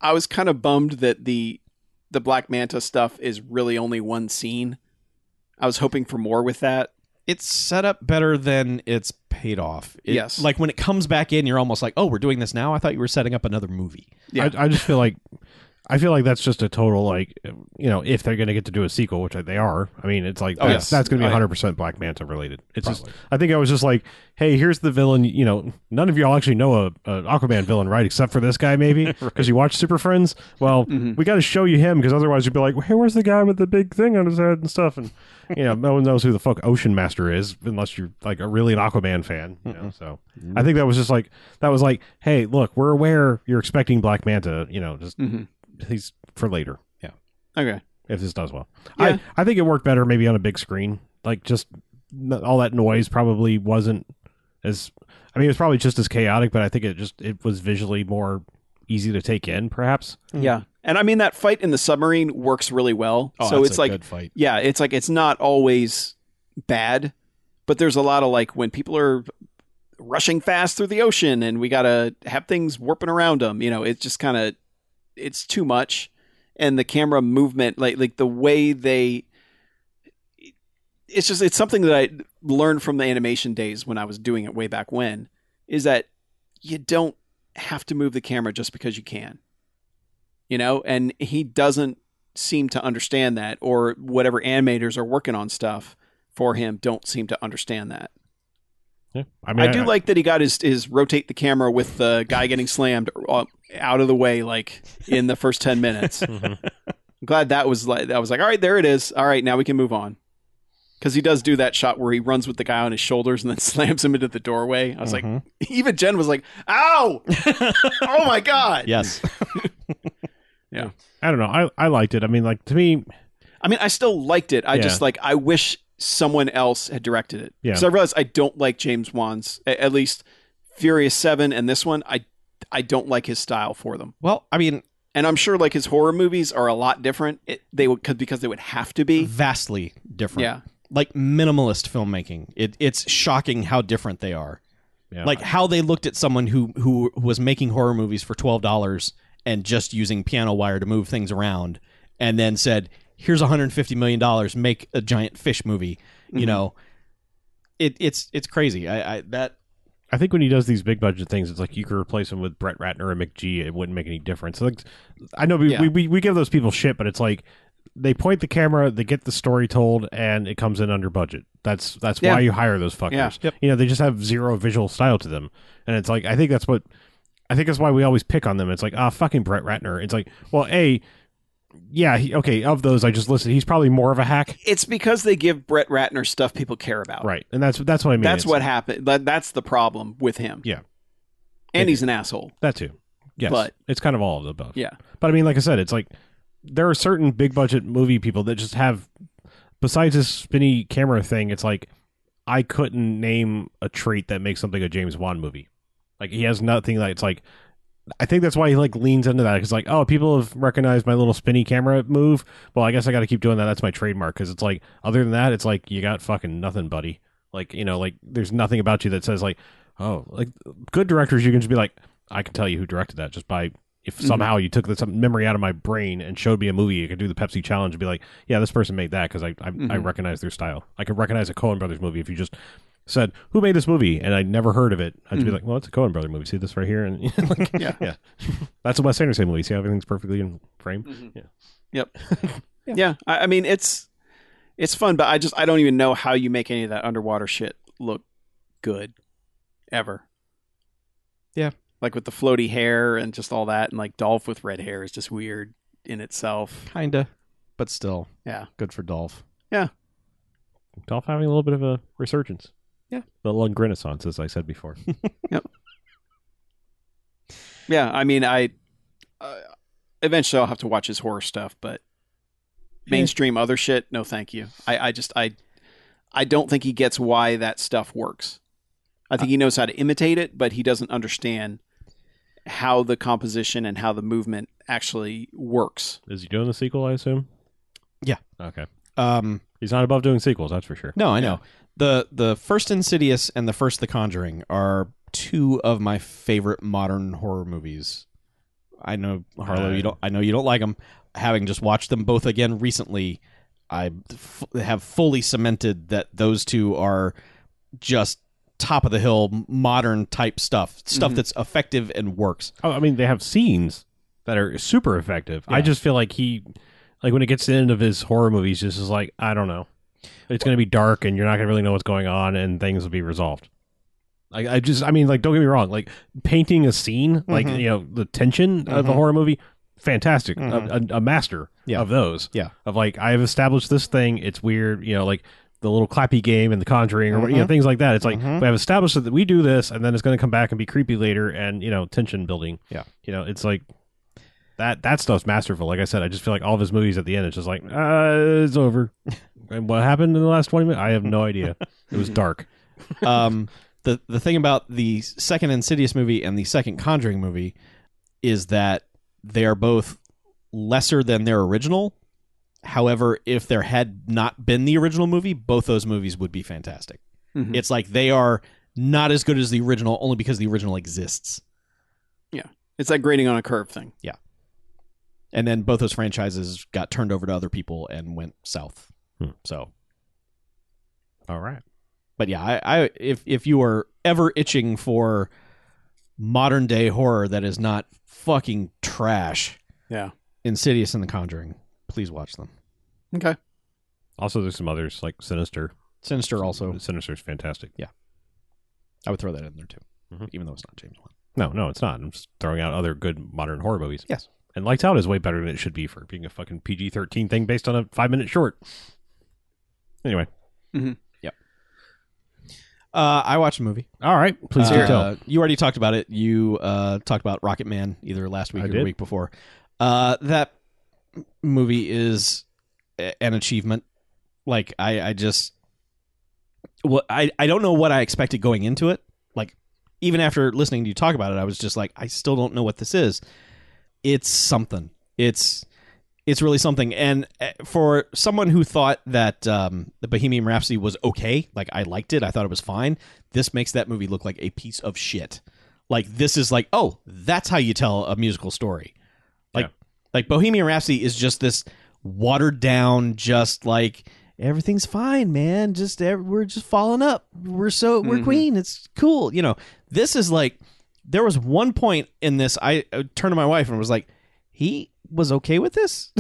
I was kind of bummed that the, the Black Manta stuff is really only one scene. I was hoping for more with that.
It's set up better than it's paid off. It-
Yes.
Like when it comes back in, you're almost like, oh, we're doing this now. I thought you were setting up another movie.
Yeah.
I, I just feel like I feel like that's just a total like you know if they're going to get to do a sequel, which they are. I mean, it's like
Oh,
that's,
yes.
that's going to
Oh,
be
yeah.
hundred percent Black Manta related. It's
Probably.
just I think I was just like, hey, here's the villain. You know, none of y'all actually know a, a Aquaman villain, right? Except for this guy,
[LAUGHS]
maybe because you watch Super Friends. Well,
Mm-hmm.
Mhm.
we got to show you him because otherwise you'd be like, hey, where's the guy with the big thing on his head and stuff? And you know, no one knows who the fuck Ocean Master is unless you're like a really an Aquaman fan. You know, so. I think that was just like that was like, hey, look, we're aware you're expecting Black Manta, you know, just
Mm-hmm.
Mhm.
he's for later
Okay.
if this does well.
Yeah.
I I think it worked better maybe on a big screen, like just n- all that noise probably wasn't as. I mean, it was probably just as chaotic, but I think it just it was visually more easy to take in, perhaps.
Yeah. And I mean, that fight in the submarine works really well.
Oh,
so
that's
it's
a
like,
good fight.
yeah, it's like it's not always bad, but there's a lot of like when people are rushing fast through the ocean and we gotta have things warping around them. You know, it's just kind of it's too much, and the camera movement, like like the way they, it's just it's something that I learned from the animation days when I was doing it way back when, is that you don't have to move the camera just because you can. You know, and he doesn't seem to understand that, or whatever animators are working on stuff for him don't seem to understand that.
Yeah, I
I,
mean,
do like that he got his, his rotate the camera with the guy getting slammed uh, out of the way, like in the first
[LAUGHS]
10 minutes. I'm
Mhm.
glad that was like, that was like, all right, there it is. All right, now we can move on. Because he does do that shot where he runs with the guy on his shoulders and then [LAUGHS] slams him into the doorway. I was
Mhm.
like, even Jen was like, ow! oh my God. [LAUGHS]
Yes.
I don't know. I I liked it. I mean, like to me,
I mean, I still liked it. I
Yeah.
just like I wish someone else had directed it
Yeah.
because I realized I don't like James Wan's a- at least Furious Seven and this one. I I don't like his style for them,
Well, I mean,
and I'm sure like his horror movies are a lot different. It, they would cause, because they would have to
Mm-hmm.
be.
vastly different.
Yeah.
Like minimalist filmmaking. It, it's shocking how different they are.
yeah,
Like how they looked at someone who, who who was making horror movies for twelve dollars and just using piano wire to move things around, and then said, "Here's 150 million dollars. Make a giant fish movie." You
Mhm.
know, it, it's it's crazy. I, I that
I think when he does these big budget things, it's like you could replace him with Brett Ratner and McGee. It wouldn't make any difference. Like, I know we,
Yeah.
we, we, we give those people shit, but it's like they point the camera, they get the story told, and it comes in under budget. That's that's
Yeah.
why you hire those fuckers.
Yeah.
You know, they just have zero visual style to them, and it's like I think that's what I think that's why we always pick on them. It's like ah, fucking Brett Ratner. It's like well, a yeah, he, okay. Of those I just listed, he's probably more of a hack,
It's because they give Brett Ratner stuff people care about.
right? And that's that's what I mean.
That's
It's-
what happened. That, that's the problem with him.
Yeah.
And he's an asshole.
That too. Yes.
But-
it's kind of all of the above.
Yeah.
But I mean, like I said, it's like there are certain big budget movie people that just have, besides this spinny camera thing, it's like I couldn't name a trait that makes something a James Bond movie. Like he has nothing that it's like. I think that's why he like leans into that. It's like, oh, people have recognized my little spinny camera move. Well, I guess I got to keep doing that. That's my trademark. Because it's like, other than that, it's like you got fucking nothing, buddy. Like you know, like there's nothing about you that says like, oh, like good directors, you can just be like, I can tell you who directed that just by if somehow you took this memory out of my brain and showed me a movie, you could do the Pepsi challenge and be like, yeah, this person made that because I I, I
Mhm.
recognize their style. I could recognize a Coen Brothers movie if you just said who made this movie and I never heard of it. I'd just be
Mhm.
like, well, it's a Coen Brother movie. See this right here, and [LAUGHS] like,
Yeah.
[LAUGHS] yeah, that's a Wes Anderson movie. See how everything's perfectly in frame.
Yep. yeah. I, I mean, it's it's fun, but I just I don't even know how you make any of that underwater shit look good ever.
Yeah.
Like with the floaty hair and just all that, and like Dolph with red hair is just weird in itself.
Kinda, but still,
Yeah.
good for Dolph.
Dolph having a little bit of a resurgence.
Yeah.
the lung renaissance, as I said before.
Yeah. I mean, I uh, eventually I'll have to watch his horror stuff, but mainstream other shit, no, thank you. I I just I I don't think he gets why that stuff works. I think he knows how to imitate it, but he doesn't understand how the composition and how the movement actually works.
Is he doing the sequel? I assume.
Yeah.
Okay.
Um,
He's not above doing sequels. That's for sure.
no, I know the the first Insidious and the first The Conjuring are two of my favorite modern horror movies. I know Harlow,
Uh,
you don't. I know you don't like them. Having just watched them both again recently, I f- have fully cemented that those two are just top of the hill modern type stuff, stuff
Mhm.
that's effective and works.
Oh, I mean, they have scenes that are super effective. I
Yeah.
just feel like he, like when it gets to the end of his horror movies, just is like, I don't know. It's going to be dark, and you're not going to really know what's going on, and things will be resolved. Like I just, I mean, like don't get me wrong, like painting a scene, like
Mhm.
you know, the tension of a
Mhm.
horror movie, fantastic, A-
Mhm.
a, a master
Yeah.
of those.
Yeah.
of like I've established this thing. It's weird, you know, like the little clappy game and the Conjuring, or you know, things like that. It's like
Mhm.
we have established that we do this, and then it's going to come back and be creepy later, and you know, tension building.
Yeah.
you know, it's like that. That stuff's masterful. Like I said, I just feel like all of his movies at the end, it's just like uh, it's
[LAUGHS]
over. and what happened in the last twenty minutes? I have no idea. it
[LAUGHS]
was dark.
um, the the thing about the second Insidious movie and the second Conjuring movie is that they are both lesser than their original. However, if there had not been the original movie, both those movies would be fantastic.
Mhm.
It's like they are not as good as the original only because the original exists.
It's like grading on a curve thing.
And then both those franchises got turned over to other people and went south.
Hmm.
So,
All right.
but yeah, I, I if if you are ever itching for modern day horror that is not fucking trash,
Yeah.
Insidious and The Conjuring, please watch them.
Okay.
Also, there's some others like Sinister.
Sinister also,
Sinister's fantastic.
I would throw that in there too,
Mhm.
even though it's not James Wan.
No, no, it's not. I'm just throwing out other good modern horror movies.
Yes.
And Lights Out is way better than it should be for being a fucking PG 13 thing based on a five minute short. Anyway.
Uh, I watched a movie.
All right. Please do
Uh,
tell.
You already talked about it. You uh, talked about Rocket Man either last week
I
or
did.
the week before. Uh, that movie is a- an achievement. Like I, I just, well, I, I don't know what I expected going into it. Like even after listening to you talk about it, I was just like, I still don't know what this is. It's something. It's it's really something. And uh, for someone who thought that um, the Bohemian Rhapsody was okay, like I liked it, I thought it was fine. This makes that movie look like a piece of shit. Like this is like, oh, that's how you tell a musical story. Like
Yeah.
like Bohemian Rhapsody is just this watered down, just like eh, everything's fine, man. Just ev- we're just falling up. We're so we're
Mhm.
queen. It's cool, you know. This is like there was one point in this I uh, turned to my wife and was like, he was okay with this.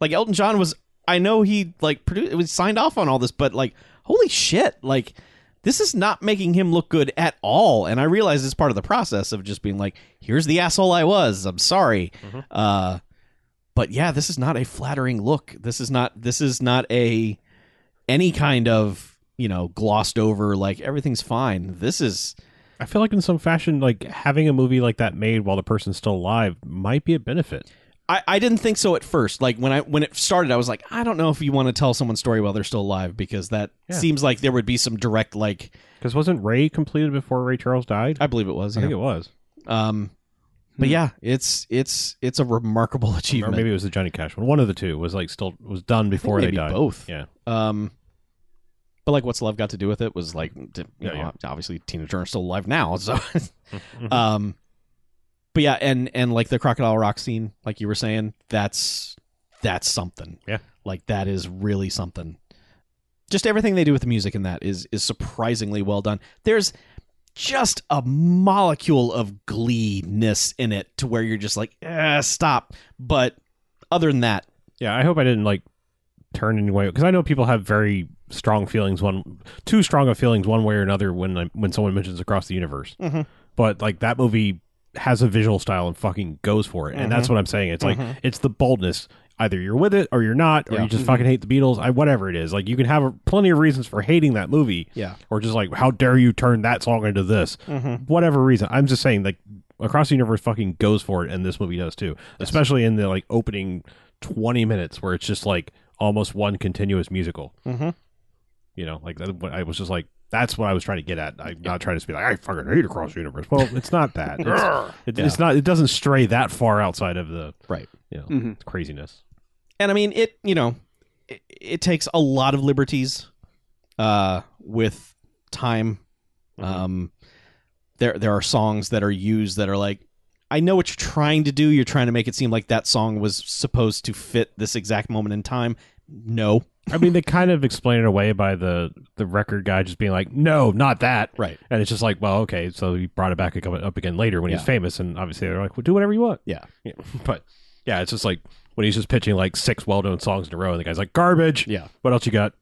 like Elton John was. I know he like produced. It was signed off on all this, but like, holy shit! Like, this is not making him look good at all. And I realize it's part of the process of just being like, here's the asshole I was. I'm sorry. Uh, but yeah, this is not a flattering look. This is not. This is not a any kind of you know glossed over like everything's fine. This is
I feel like in some fashion, like having a movie like that made while the person's still alive might be a benefit.
I, I didn't think so at first. Like when I when it started, I was like, I don't know if you want to tell someone's story while they're still alive because that
Yeah.
seems like there would be some direct like
Because wasn't Ray completed before Ray Charles died?
I believe it was.
I
yeah.
think it Hmm. was.
Um, but yeah, it's it's it's a remarkable [LAUGHS]
Or
achievement.
maybe it was the Johnny Cash one. One of the two was like still was done before
maybe
they died.
both.
Yeah.
Um, but like, what's love got to do with it? Was like, d- you
Yeah,
know,
yeah.
obviously Tina Turner's still alive now, [LAUGHS] so.
[LAUGHS]
um, but yeah, and and like the crocodile rock scene, like you were saying, that's that's something.
Yeah.
like that is really something. Just everything they do with the music in that is is surprisingly well done. There's just a molecule of glee-ness in it to where you're just like, eh, stop. But other than that,
Yeah, I hope I didn't like turn any way because I know people have very strong feelings one too strong of feelings one way or another when I, when someone mentions across the universe.
Mhm.
But like that movie has a visual style and fucking goes for it, and that's what I'm saying. It's like it's the boldness. Either you're with it or you're not, or
Yeah.
you just fucking hate the Beatles. I whatever it is, like you can have a, plenty of reasons for hating that movie.
Yeah.
or just like how dare you turn that song into this? Whatever reason, I'm just saying like Across the Universe fucking goes for it, and this movie does too. Especially in the like opening 20 minutes where it's just like almost one continuous musical.
Mhm.
You know, like that, what I was just like, that's what I was trying to get at. I'm not trying to just be like, I fucking hate Across the Universe. Well, it's not
[LAUGHS]
that. It's, it- it's not. It doesn't stray that far outside of the
right. Mm.
you know
Mhm.
craziness.
and I mean it. You know, it, it takes a lot of liberties uh, with time. Um, there there are songs that are used that are like, I know what you're trying to do. You're trying to make it seem like that song was supposed to fit this exact moment in time. No,
I mean, they kind of explain it away by the the record guy just being like, "No, not that."
right.
And it's just like, well, okay, so he brought it back and come up again later when
Yeah.
he's famous, and obviously they're like, well, do whatever you want.
Yeah.
Yeah. But yeah, it's just like when he's just pitching like six well-known songs in a row, and the guy's like, garbage.
Yeah.
What else you got?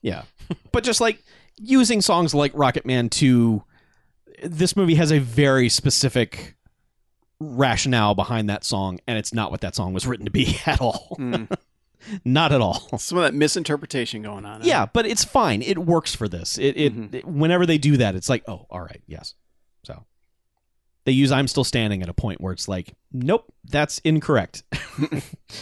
Yeah. [LAUGHS] but just like using songs like Rocket Man 2, this movie has a very specific rationale behind that song, and it's not what that song was written to be [LAUGHS] at all.
Mm.
not at all.
Some of that misinterpretation going on. huh?
[LAUGHS] Yeah, but it's fine. It works for this. It, it,
Mhm.
it- whenever they do that, it's like, oh, all right, yes. So they use "I'm still standing" at a point where it's like, nope, that's incorrect,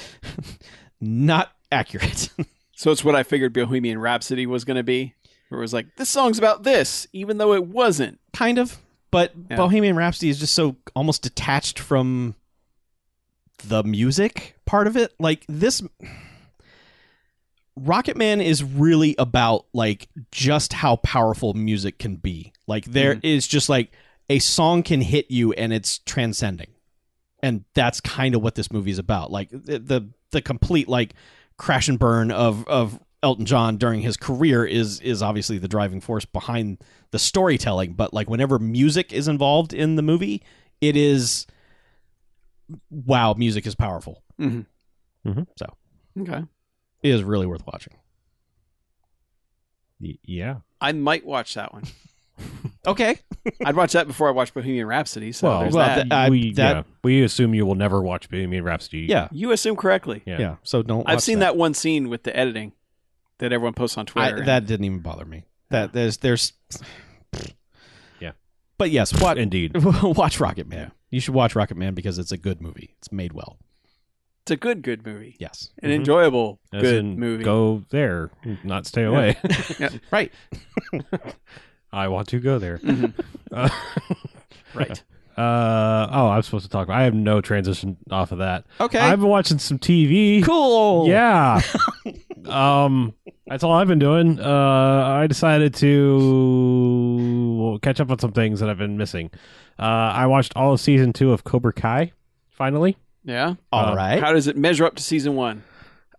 [LAUGHS] not accurate.
So it's what I figured Bohemian Rhapsody was going to be. Where it was like, this song's about this, even though it wasn't.
kind of. But
Yeah.
Bohemian Rhapsody is just so almost detached from the music part of it. Like this Rocket Man is really about like just how powerful music can be. Like there is just like a song can hit you and it's transcending. And that's kind of what this movie is about. Like the the, the complete like crash and burn of of Elton John during his career is is obviously the driving force behind the storytelling, but like whenever music is involved in the movie, it is wow, music is powerful.
Mhm.
Mhm.
So
Okay.
it is really worth watching.
Y- yeah.
I might watch that one.
Okay,
I'd watch that before I watch Bohemian Rhapsody. So
well,
there's
well,
that.
that- I-
we
that-
yeah. we assume you will never watch Bohemian Rhapsody.
yeah,
you assume correctly.
Yeah.
yeah. So don't.
I've
watch
seen that. one scene with the editing that everyone posts on
I,
Twitter.
that didn't even bother me. That there's there's.
Yeah.
but yes,
Uh, [LAUGHS]
watch
Indeed.
[LAUGHS] watch Rocket Man. You should watch Rocket Man because it's a good movie. It's made well.
it's a good, good movie.
Yes,
An
Mhm.
enjoyable,
As
good
in,
movie.
Go there, not stay
[LAUGHS]
away. [LAUGHS]
right.
I want to go
[LAUGHS]
there. [LAUGHS]
Mhm.
Uh,
Right.
Uh, oh, I'm supposed to talk. About, I have no transition off of that.
Okay,
I've been watching some TV.
cool.
Yeah. um, that's all I've been doing. Uh, I decided to catch up on some things that I've been missing. Uh, I watched all of season two of Cobra Kai. Finally,
Yeah.
All
Uh,
right.
How does it measure up to season one?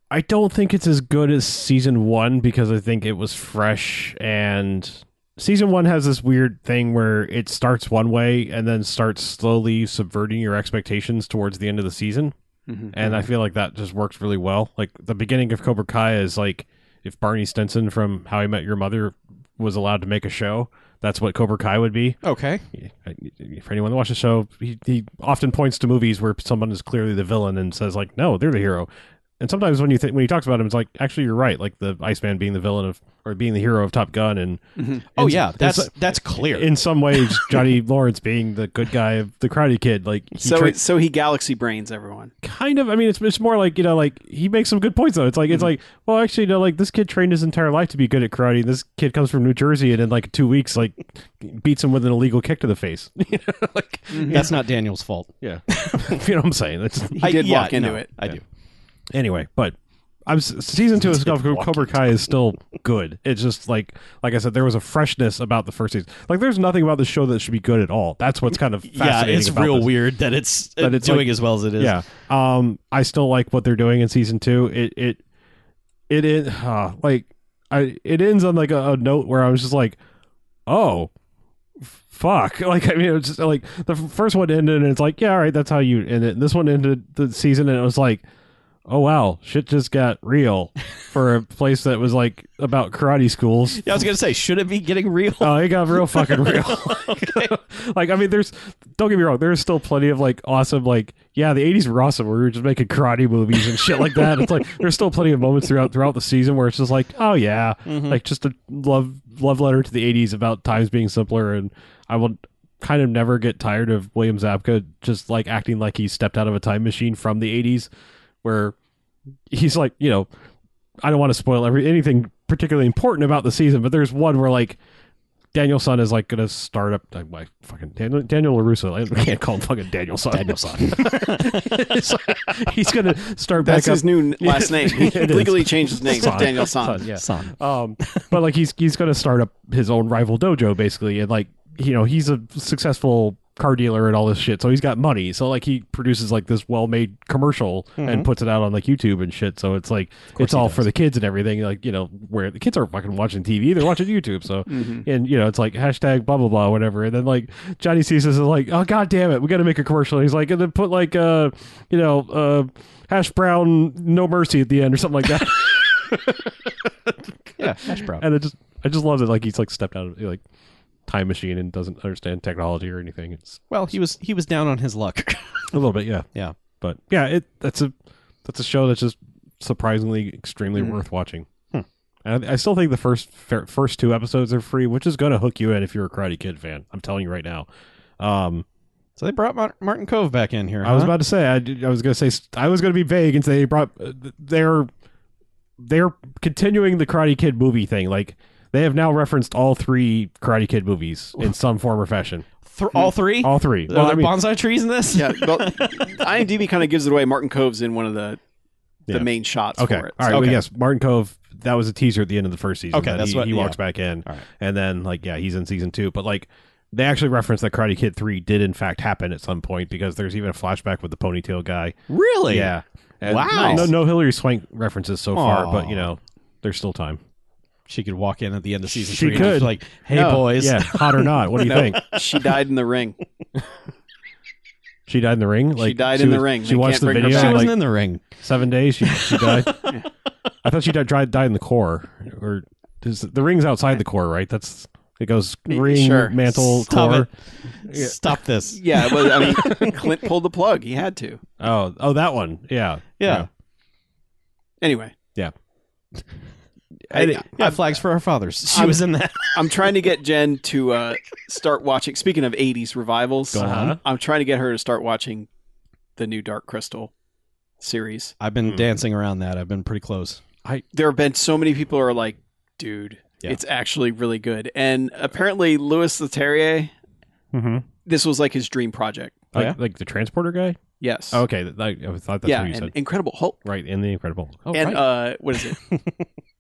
I don't think it's as good as season one because I think it was fresh and season one has this weird thing where it starts one way and then starts slowly subverting your expectations towards the end of the season.
Mhm.
And I
Mm-hmm.
feel like that just works really well. Like the beginning of Cobra Kai is like if Barney Stinson from How I Met Your Mother was allowed to make a show, that's what Cobra Kai would be.
Okay.
For anyone that watches the show, he, he often points to movies where someone is clearly the villain and says like, "No, they're the hero." And sometimes when you th- when he talks about him, it's like, "Actually, you're right." Like the Iceman being the villain of or being the hero of Top Gun, and
Oh
in-
yeah,
in
that's
so-
that's clear.
in some ways, Johnny [LAUGHS] Lawrence being the good guy of the Karate Kid, like he
So
tra-
it- so he galaxy brains everyone.
kind of. I mean, it's it's more like you know, like he makes some good points though. It's like it's
Mm-hmm.
like, well, actually, you know, like this kid trained his entire life to be good at karate. and This kid comes from New Jersey and in like two weeks, like beats him with an illegal kick to the face. [LAUGHS] you know, like
that's not Daniel's fault.
yeah, [LAUGHS] you know what I'm saying.
[LAUGHS]
That's
He did walk into
no,
it.
I do.
anyway, but I'm s- season two of Cobra Kai is still good. It's just like like I said, there was a freshness about the first season. Like there's nothing about the show that should be good at all. That's what's kind of
Yeah,
fascinating
it's
about
real
this.
weird that it's, uh,
That it's
doing
like-
as well as it is.
Yeah, um, I still like what they're doing in season two. It it it is uh, like I it ends on like a, a note where I was just like, oh. f- Fuck! [LAUGHS] Like I mean, it was just like the f- first one ended, and it's like, yeah, all right, that's how you end it. And this one ended the season, and it was like, oh wow, shit just got real for a place that was like about karate schools.
Yeah, I was gonna say, should it be getting real?
Oh, it got real fucking real. [LAUGHS] like, I mean, there's don't get me wrong, there's still plenty of like awesome, like yeah, the '80s were awesome. We were just making karate movies and shit like that. It's like there's still plenty of moments throughout throughout the season where it's just like, oh yeah, like just a love love letter to the '80s about times being simpler. And I will kind of never get tired of William Zabka just like acting like he stepped out of a time machine from the '80s, where he's like, you know, I don't want to spoil every anything particularly important about the season, but there's one where like Daniel Sun is like gonna start up like my fucking Daniel, Daniel Larusso. I [LAUGHS] can't call him fucking Daniel Sun. Daniel Sun. [LAUGHS] he's gonna start
That's
back
his
up.
new n-
[LAUGHS]
last name. He
It is.
legally changed his name to Daniel San.
Sun, yeah. [LAUGHS]
Son.
Um, but like he's he's gonna start up his own rival dojo basically, and like you know he's a successful car dealer and all this shit, so he's got money. So like he produces like this well made commercial and puts it out on like YouTube and shit. So it's like it's all for the kids and everything. Like you know where the kids aren't fucking watching TV, they're watching YouTube. So and you know it's like hashtag blah blah blah whatever. And then like Johnny sees this and like oh god damn it, we got to make a commercial. And he's like and then put like uh you know uh hash brown no mercy at the end or something like that.
Yeah, hash brown.
and I just I just love that like he's like stepped out of like time machine and doesn't understand technology or anything. It's
[LAUGHS] Well, he was he was down on his luck. [LAUGHS]
a little bit, yeah,
yeah.
but yeah, it that's a that's a show that's just surprisingly extremely worth watching. Hmm. And I I still think the first fir- first two episodes are free, which is going to hook you in if you're a Karate Kid fan. I'm telling you right now. Um,
So they brought Mar- Martin Cove back in here.
I was
huh?
about to say I, did- I was going to say st- I was going to be vague and say they brought uh, th- they're they're continuing the Karate Kid movie thing. Like they have now referenced all three Karate Kid movies
[LAUGHS]
in some form or fashion.
Th- all three.
Hmm. All three.
Are
Well, I
there
mean,
bonsai trees in this?
Yeah, well, IMDb kind of gives it away. Martin Cove's in one of the the
Yeah.
main shots
okay.
for it.
All right.
So-
Well, yes, Martin Cove. That was a teaser at the end of the first season.
Okay,
that
that's
he,
what-
he
yeah.
walks back in,
All right.
and then like yeah, he's in season two. But like they actually referenced that Karate Kid three did in fact happen at some point because there's even a flashback with the ponytail guy.
[LAUGHS] Really?
Yeah. And
Wow.
No, no Hillary Swank references so far,
Aw.
but you know there's still time.
She could walk in at the end of season
She
three. and just
could.
be like, hey
No, [LAUGHS]
boys. [LAUGHS]
Yeah, hot or not? What do you
No,
think?
she died in the ring.
She died in the ring. Like
died in the
was-
ring.
She
They
watched
can't
the
bring her
video.
She
back.
like,
wasn't in the ring.
seven days. She, she
[LAUGHS]
died. I thought she died, died died in the core, or does the ring's outside the core, right? That's it goes ring
sure.
mantle
Stop
core.
it. Stop this.
[LAUGHS] Yeah, well, I mean, [LAUGHS] Clint pulled the plug. He had to.
Oh, oh, that one. Yeah,
Yeah.
Anyway,
yeah.
I,
Yeah, flags for our fathers. She was in that.
I'm trying to get Jen to uh, start watching. Speaking of 80s revivals,
on.
I'm trying to get her to start watching the new Dark Crystal series.
I've
Hmm.
been dancing around that. I've been pretty close.
There have been so many people who are like, dude,
Yeah.
it's actually really good. And apparently, Louis Leterrier,
Mm-hmm.
this was like his dream project.
Like,
yeah?
like the transporter guy.
Yes.
Oh, okay, th- I, I thought that's
yeah.
what you
and
said.
Incredible Hulk.
right in the Incredible.
Oh,
and
right.
uh, what
[LAUGHS]
is it?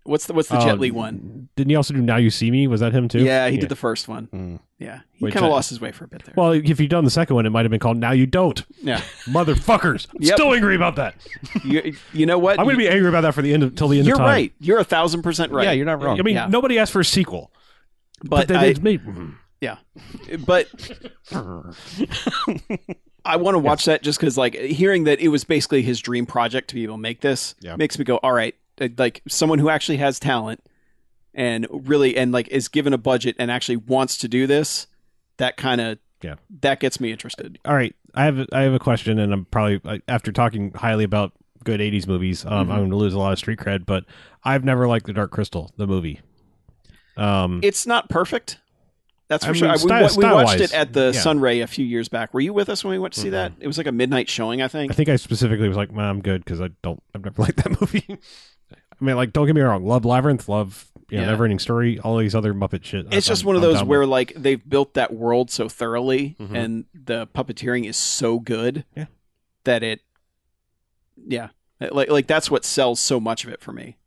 what's the what's the Jet
Oh,
Li one?
Didn't he also do Now You See Me? Was that him too?
Yeah, he did the first one.
Mm.
Yeah, he
Hmm. Wait,
kind of
Jet-
lost his way for a bit there.
[LAUGHS] Well, if you'd done the second one, it might have been called Now You Don't.
yeah,
Motherfuckers! I'm
Yep.
Still angry about that.
you, you know
[LAUGHS]
what?
I'm going to be angry about that for the end of, till the end
You're
of time.
right. You're a thousand percent right.
Yeah, you're not wrong.
I mean,
Yeah.
nobody asked for a sequel. But
But,
then
I,
it's me. [LAUGHS]
but I want to watch that just because, like, hearing that it was basically his dream project to be able to make this
Yeah.
makes me go, all right, uh, like someone who actually has talent and really and like is given a budget and actually wants to do this. That kind of
Yeah.
that gets me interested.
All right, I have I have a question, and I'm probably like, after talking highly about good '80s movies,
Mm-hmm.
um, I'm going to lose a lot of street cred. But I've never liked The Dark Crystal, the movie. Um,
It's not perfect. That's for
I
sure.
mean,
I-
sty-
we, wa- we watched
style-wise,
it at the
yeah.
Sunray a few years back. Were you with us when we went to see that? It was like a midnight showing, I think.
I think I specifically was like, "Nah, I'm good because I don't. I've never [LAUGHS] liked that movie. I mean, like, don't get me wrong. Love Labyrinth, love you know,
Yeah.
Neverending Story, all these other Muppet shit.
it's just
I'm-
one of
I'm
those
done
where
with. Mm-hmm.
like they've built that world so thoroughly
Mhm.
and the puppeteering is so good
Yeah.
that it yeah like like that's what sells so much of it for me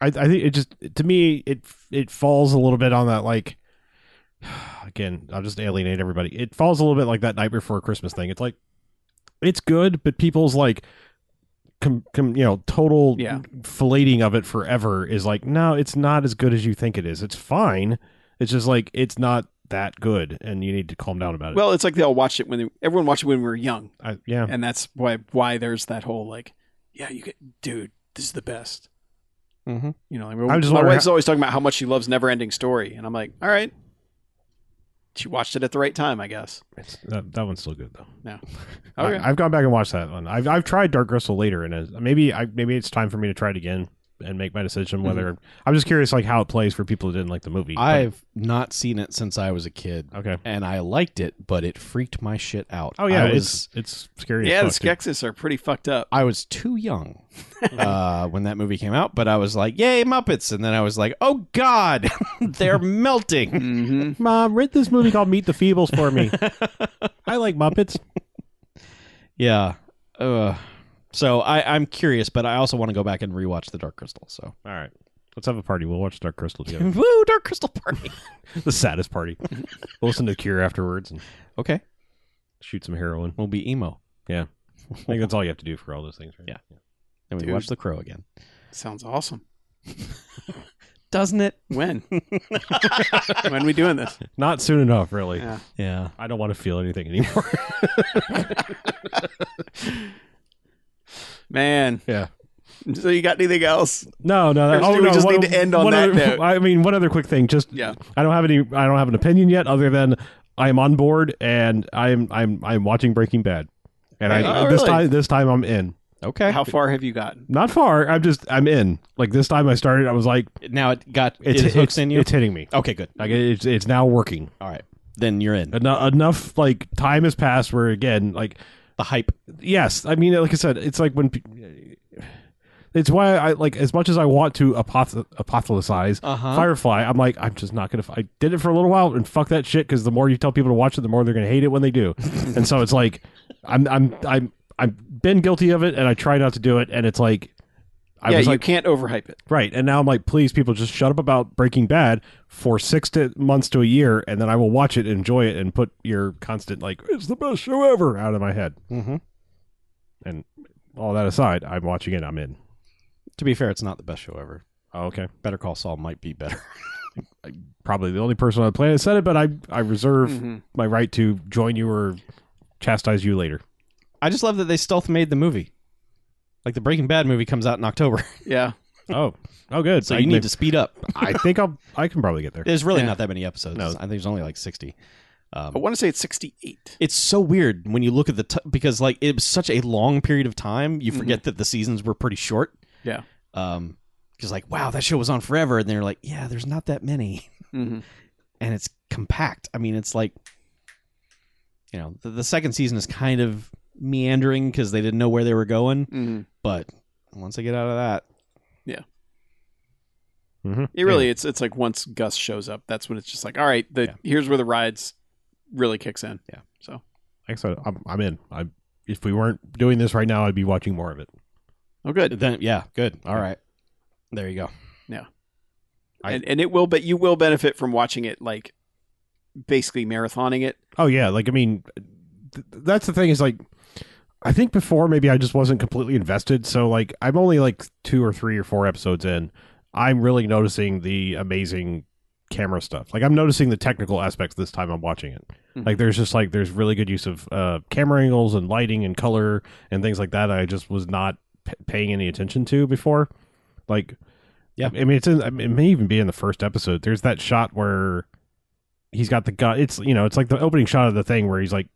I, I think it just to me it it falls a little bit on that like. [SIGHS] Again, I'll just alienate everybody. It falls a little bit like that night before Christmas thing. It's like, it's good, but people's like, com, com, you know, total
Yeah.
filleting of it forever is like, no, it's not as good as you think it is. It's fine. It's just like it's not that good, and you need to calm down about it.
well it's like they all watched it when they, everyone watched it when we were young
I, yeah,
and that's why why there's that whole like yeah you get dude this is the best
Mm-hmm.
you know like,
I'm just
my
wondering
wife's always talking about how much she loves never ending story and i'm like all right she watched it at the right time i guess
it's, that, that one's still good though.
okay
I, have gone back and watched that one. I've, I've tried Dark Crystal later, and it's- maybe I maybe it's time for me to try it again and make my decision whether I'm just curious like how it plays for people who didn't like the movie. but-
I've not seen it since I was a kid,
okay.
and I liked it, but it freaked my shit out.
Oh yeah,
I was,
it's it's scary. as
yeah the
fuck, dude.
skeksis are pretty fucked up
I was too young uh, when that movie came out, but I was like, "Yay, Muppets!" And then I was like, "Oh God, [LAUGHS] they're melting."
mm-hmm.
Mom, rent this movie called Meet the Feebles for [LAUGHS] me. I like Muppets.
Yeah. Uh, so I, I'm curious, but I also want to go back and rewatch The Dark Crystal. So,
All right, let's have a party. We'll watch Dark Crystal together. [LAUGHS]
woo, Dark Crystal party. [LAUGHS]
the saddest party. We'll listen to Cure afterwards and
okay,
shoot some heroin.
we'll be emo.
Yeah. I think that's all you have to do for all those things. Right?
Yeah. And we
Dude.
watch The Crow again,
[LAUGHS] sounds awesome
doesn't it?
When? [LAUGHS] when we doing this?
Not soon enough, really.
Yeah.
Yeah.
I don't want to feel anything anymore.
Man.
[LAUGHS] yeah.
So you got anything else?
No, no. That,
Or
oh,
do we
no,
just
one-
need to end on
one
that
other-
note?
I mean, one other quick thing. Just
Yeah.
I don't have any. I don't have an opinion yet, other than I am on board and I'm I'm I'm watching Breaking Bad, and I
Oh,
this
really?
time this time I'm in.
Okay.
How far have you gotten?
Not far. I'm just I'm in. Like this time I started. I was like,
now it got
it's
it hooks
it's,
in you.
it's hitting me.
okay, good.
Like it's it's now working.
All right, then you're in
Enough, enough like time has passed where again like
the hype.
yes i mean like i said it's like when pe- it's why i like as much as i want to apoth- apothecize
Uh-huh.
firefly i'm like i'm just not gonna f- i did it for a little while and fuck that shit because the more you tell people to watch it the more they're gonna hate it when they
[LAUGHS]
do and so it's like i'm i'm i'm i've been guilty of it and i try not to do it and it's like i
yeah,
was
you
like
can't overhype it.
right and now i'm like please people just shut up about breaking bad for six to months to a year and then i will watch it enjoy it and put your constant like it's the best show ever out of my head
Mm-hmm.
and all that aside, I'm watching it. I'm in.
To be fair, it's not the best show ever.
Oh, okay.
Better Call Saul might be better. [LAUGHS]
Probably the only person on the planet said it, but I I reserve
Mm-hmm.
Mhm.
my right to join you or chastise you later.
I just love that they stealth made the movie. Like the Breaking Bad movie comes out in October, [LAUGHS]
Yeah.
Oh, oh, good.
so
I,
you
may-
need to speed up.
I think I'll. I can probably get there.
[LAUGHS] There's really
Yeah.
not that many episodes.
No.
I think there's only like sixty. Um,
I want to say it's 68.
It's so weird when you look at the t- because like it was such a long period of time. You forget that the seasons were pretty short.
Yeah.
Um, because like wow, that show was on forever, and they're like, yeah, there's not that many, [LAUGHS]
Mm-hmm.
and it's compact. I mean, it's like, you know, the, the second season is kind of meandering because they didn't know where they were going.
Mm-hmm.
But once I get out of that,
Mhm.
It really, it's it's like once Gus shows up, that's when it's just like, all right, the
Yeah.
here's where the rides really kicks in.
Yeah.
So
Like I said, I'm, I'm in. I if we weren't doing this right now, I'd be watching more of it.
oh, good.
then yeah, good. All right, there you go.
I-
and and it will, but you will benefit from watching it, like basically marathoning it.
Oh yeah, like I mean, th- that's the thing is like, I think before maybe I just wasn't completely invested. So like, I'm only like two or three or four episodes in. I'm really noticing the amazing camera stuff. Like I'm noticing the technical aspects this time I'm watching it.
Mhm.
Like there's just like there's really good use of uh, camera angles and lighting and color and things like that. I just was not p- paying any attention to before. Like,
Yeah.
I mean it's in. I mean, It may even be in the first episode. There's that shot where he's got the gun. It's you know it's like the opening shot of the thing where he's like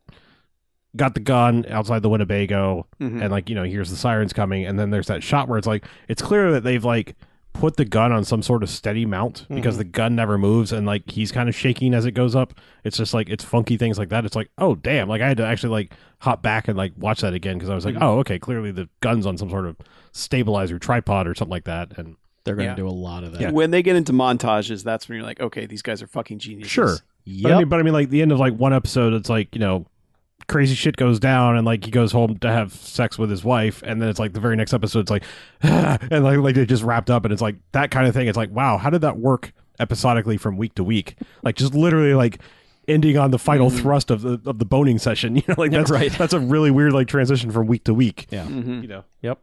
got the gun outside the Winnebago
Mhm.
and like you know here's the sirens coming and then there's that shot where it's like it's clear that they've like put the gun on some sort of steady mount because the gun never moves and like he's kind of shaking as it goes up it's just like it's funky things like that it's like oh damn like i had to actually like hop back and like watch that again because i was like oh okay clearly the gun's on some sort of stabilizer tripod or something like that and
They're going to
Yeah.
do a lot of that.
When they get into montages, that's when you're like, okay, these guys are fucking geniuses.
sure But, I mean, but I mean, like the end of like one episode, it's like you know, crazy shit goes down, and like he goes home to have sex with his wife, and then it's like the very next episode, it's like, [SIGHS] and like like they just wrapped up, and it's like that kind of thing. It's like, wow, how did that work episodically from week to week? Like just literally like ending on the final
Mm-hmm.
thrust of the of the boning session. [LAUGHS] You know, like that's
right.
That's a really weird like transition from week to week.
Yeah.
Mhm.
You know,
Yep.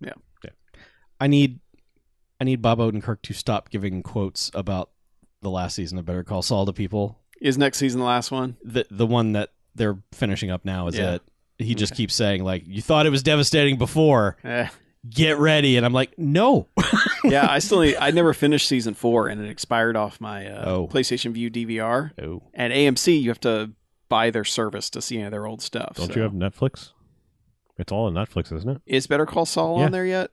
Yeah.
Yeah.
I need I need Bob Odenkirk to stop giving quotes about the last season of Better Call Saul to people.
Is next season the last one?
The the one that they're finishing up now is
Yeah.
it. He just keeps saying like, "You thought it was devastating before.
[LAUGHS]
Eh.
Get ready." And I'm like, "No."
yeah, I still need, I never finished season four, and it expired off my uh,
Oh.
PlayStation View DVR.
No.
And AMC, you have to buy their service to see any of their old stuff.
don't
so.
you have Netflix? It's all on Netflix, isn't it?
Is Better Call Saul
Yeah.
on there yet?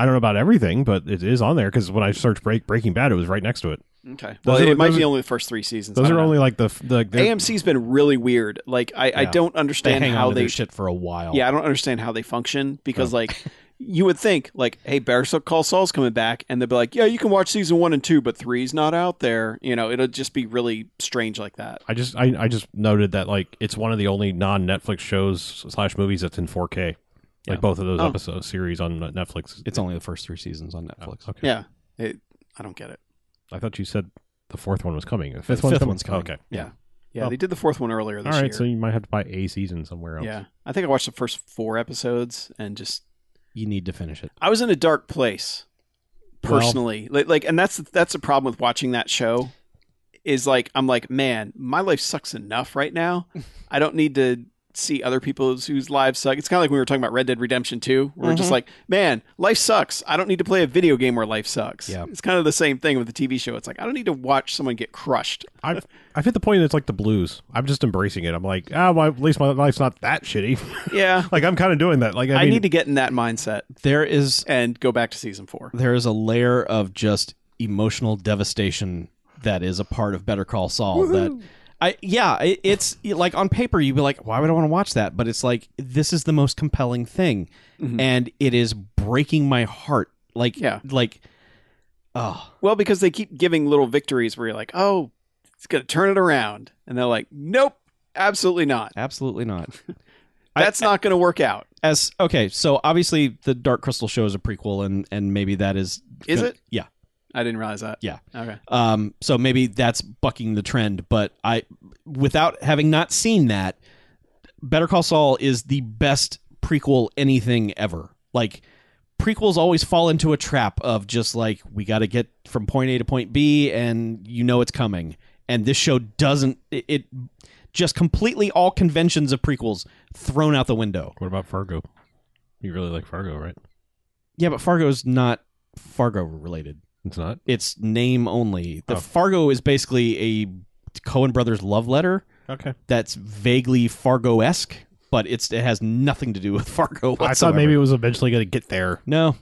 I don't know about everything, but it is on there because when I searched Break Breaking Bad, it was right next to it.
Okay. Well,
Those
it
are-
might
those
be
are-
only the first three seasons. I
Those
don't
are
know.
only like the f- the they're-
AMC's been really weird. Like I, I
Yeah.
don't
They
[LAUGHS] understand
hang
how
on to
they
their shit for a while.
Yeah, I don't understand how they function because like you would think like, hey, Better Call Saul's coming back, and they'd be like, yeah, you can watch season one and two, but three's not out there. You know, it'll just be really strange like that.
I just I, I just noted that like it's one of the only non Netflix shows slash movies that's in 4K.
Yeah.
Like both of those
Oh.
episode series on Netflix. Ah,
It's only the first 3 seasons on Netflix.
okay.
Yeah, it, I don't get it.
I thought you said the fourth one was coming. The
The
fifth, one's,
fifth
coming?
one's coming.
Okay.
Yeah. Yeah,
Oh.
they did the fourth one earlier
All
this
right,
year.
so you might have to buy a season somewhere else.
yeah, I think I watched the first four episodes and just
You need to finish it.
I was in a dark place
Well-
personally. like, like, and that's that's a problem with watching that show. Is like I'm like, man, my life sucks enough right now. I don't need to see other people's whose lives suck. It's kind of like when we were talking about Red Dead Redemption 2. Where We're just like, man, life sucks. I don't need to play a video game where life sucks.
Yeah.
It's kind of the same thing with the TV show. It's like I don't need to watch someone get crushed.
I've I've hit the point that's like the blues. I'm just embracing it. I'm like, ah, well, at least my life's not that shitty. [LAUGHS]
Yeah.
like I'm kind of doing that. Like I,
I
mean,
need to get in that mindset
There is
and go back to season 4.
there is a layer of just emotional devastation that is a part of Better Call Saul that I yeah it, it's like on paper you'd be like why would I want to watch that but it's like this is the most compelling thing and it is breaking my heart like
Mm-hmm. Yeah.
like oh
Well, because they keep giving little victories where you're like, oh, it's going to turn it around. And they're like, nope, absolutely not.
absolutely not
That's not going to work out.
as okay so obviously the Dark Crystal show is a prequel and and maybe that is
Is
gonna-
it?
yeah
I didn't realize that.
Yeah.
Okay.
Um, so maybe that's bucking the trend, but I, without having not seen that, Better Call Saul is the best prequel anything ever. Like prequels always fall into a trap of just like we got to get from point A to point B, and you know it's coming. And this show doesn't. It, it just completely all conventions of prequels thrown out the window.
What about Fargo? You really like Fargo, right?
Yeah, but Fargo's not Fargo related.
It's not.
It's name only. The
Oh.
Fargo is basically a Cohen brothers love letter.
Okay.
that's vaguely Fargo esque, but it's it has nothing to do with [LAUGHS] Fargo. Whatsoever.
I thought maybe it was eventually going to get there.
no,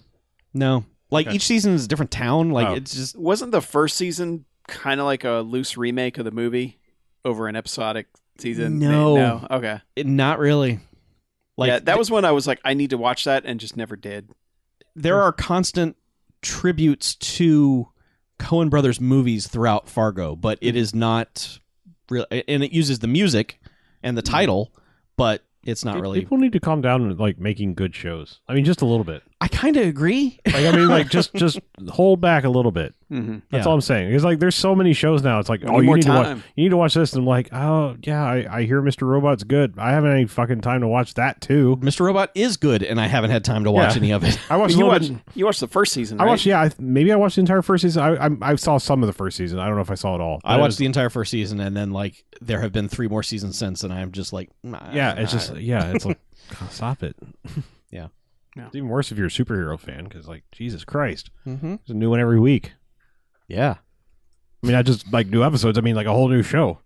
no. Like
Okay.
each season is a different town. Like
Oh.
it's just
Wasn't the first season kind of like a loose remake of the movie over an episodic season?
No.
No. Okay.
it, not really. Like
yeah, that was when I was like, I need to watch that and just never did.
there are constant tributes to Cohen Brothers movies throughout Fargo, but it is not real, and it uses the music and the title, but it's not
Mm. Pe-
really.
People need to calm down and like making good shows. I mean, just a little bit.
I kind of agree.
Like I mean, like
[LAUGHS]
just just hold back a little bit.
Mhm.
That's
Yeah.
all I'm saying. It's like there's so many shows now. It's like
We
oh,
need
you
more
need to
time.
watch. You need to watch this. And I'm like, oh yeah, I, I hear Mr. Robot's good. I haven't any fucking time to watch that too.
Mr. Robot is good, and I haven't had time to watch
Yeah.
any
[LAUGHS]
of it. [LAUGHS]
I watched. a
You
little
watched
bit-
you watched the first season.
I
right?
watched. Yeah, I, maybe I watched the entire first season. I, I I saw some of the first season. I don't know if I saw it all.
I
But it
watched
was-
the entire first season, and then like there have been three more seasons since, and I'm just like, nah,
Yeah, it's
nah.
just yeah, it's
[LAUGHS]
like God, stop it.
Yeah.
Yeah.
It's even worse if you're a superhero fan because like Jesus Christ,
Mhm.
there's a new one every week.
yeah.
I mean, not just like new episodes. I mean, like a whole new show.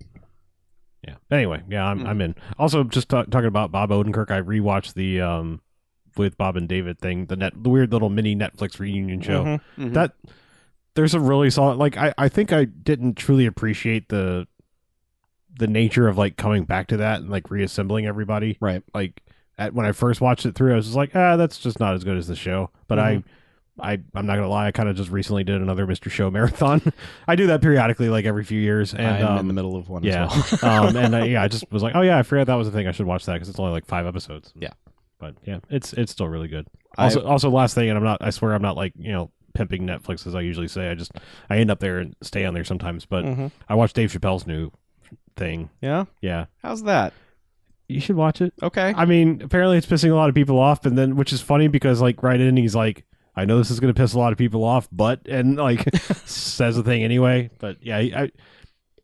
Yeah. Anyway, yeah, I'm,
Mm.
I'm in. Also, just ta- talking about Bob Odenkirk, I rewatched the um with Bob and David thing, the net, the weird little mini Netflix reunion show.
Mhm.
Mhm.
That there's a really solid. Like, I I think I didn't truly appreciate the the nature of like coming back to that and like reassembling everybody.
Right.
Like at when I first watched it through, I was just like, ah, that's just not as good as the show. But
Mhm.
I, I, I'm not gonna lie, I kind of just recently did another Mr. Show marathon. [LAUGHS] I do that periodically, like every few years, and
I'm
um,
in the middle of one
yeah,
as well. [LAUGHS]
um, and I, yeah, I just was like, oh yeah, I forgot that was a thing. I should watch that because it's only like five episodes.
Yeah.
but yeah, it's it's still really good.
I-
Also, also last thing, and I'm not, I swear, I'm not like you know pimping Netflix as I usually say. I just I end up there and stay on there sometimes.
[LAUGHS]
But
Mm-hmm.
Mhm.
I watched Dave Chappelle's new thing.
Yeah.
Yeah,
How's that?
you should watch it.
Okay.
I mean, apparently it's pissing a lot of people off, and then which is funny because like right in he's like, I know this is going to piss a lot of people off, but and
[LAUGHS]
like says the thing anyway. But yeah, I, I-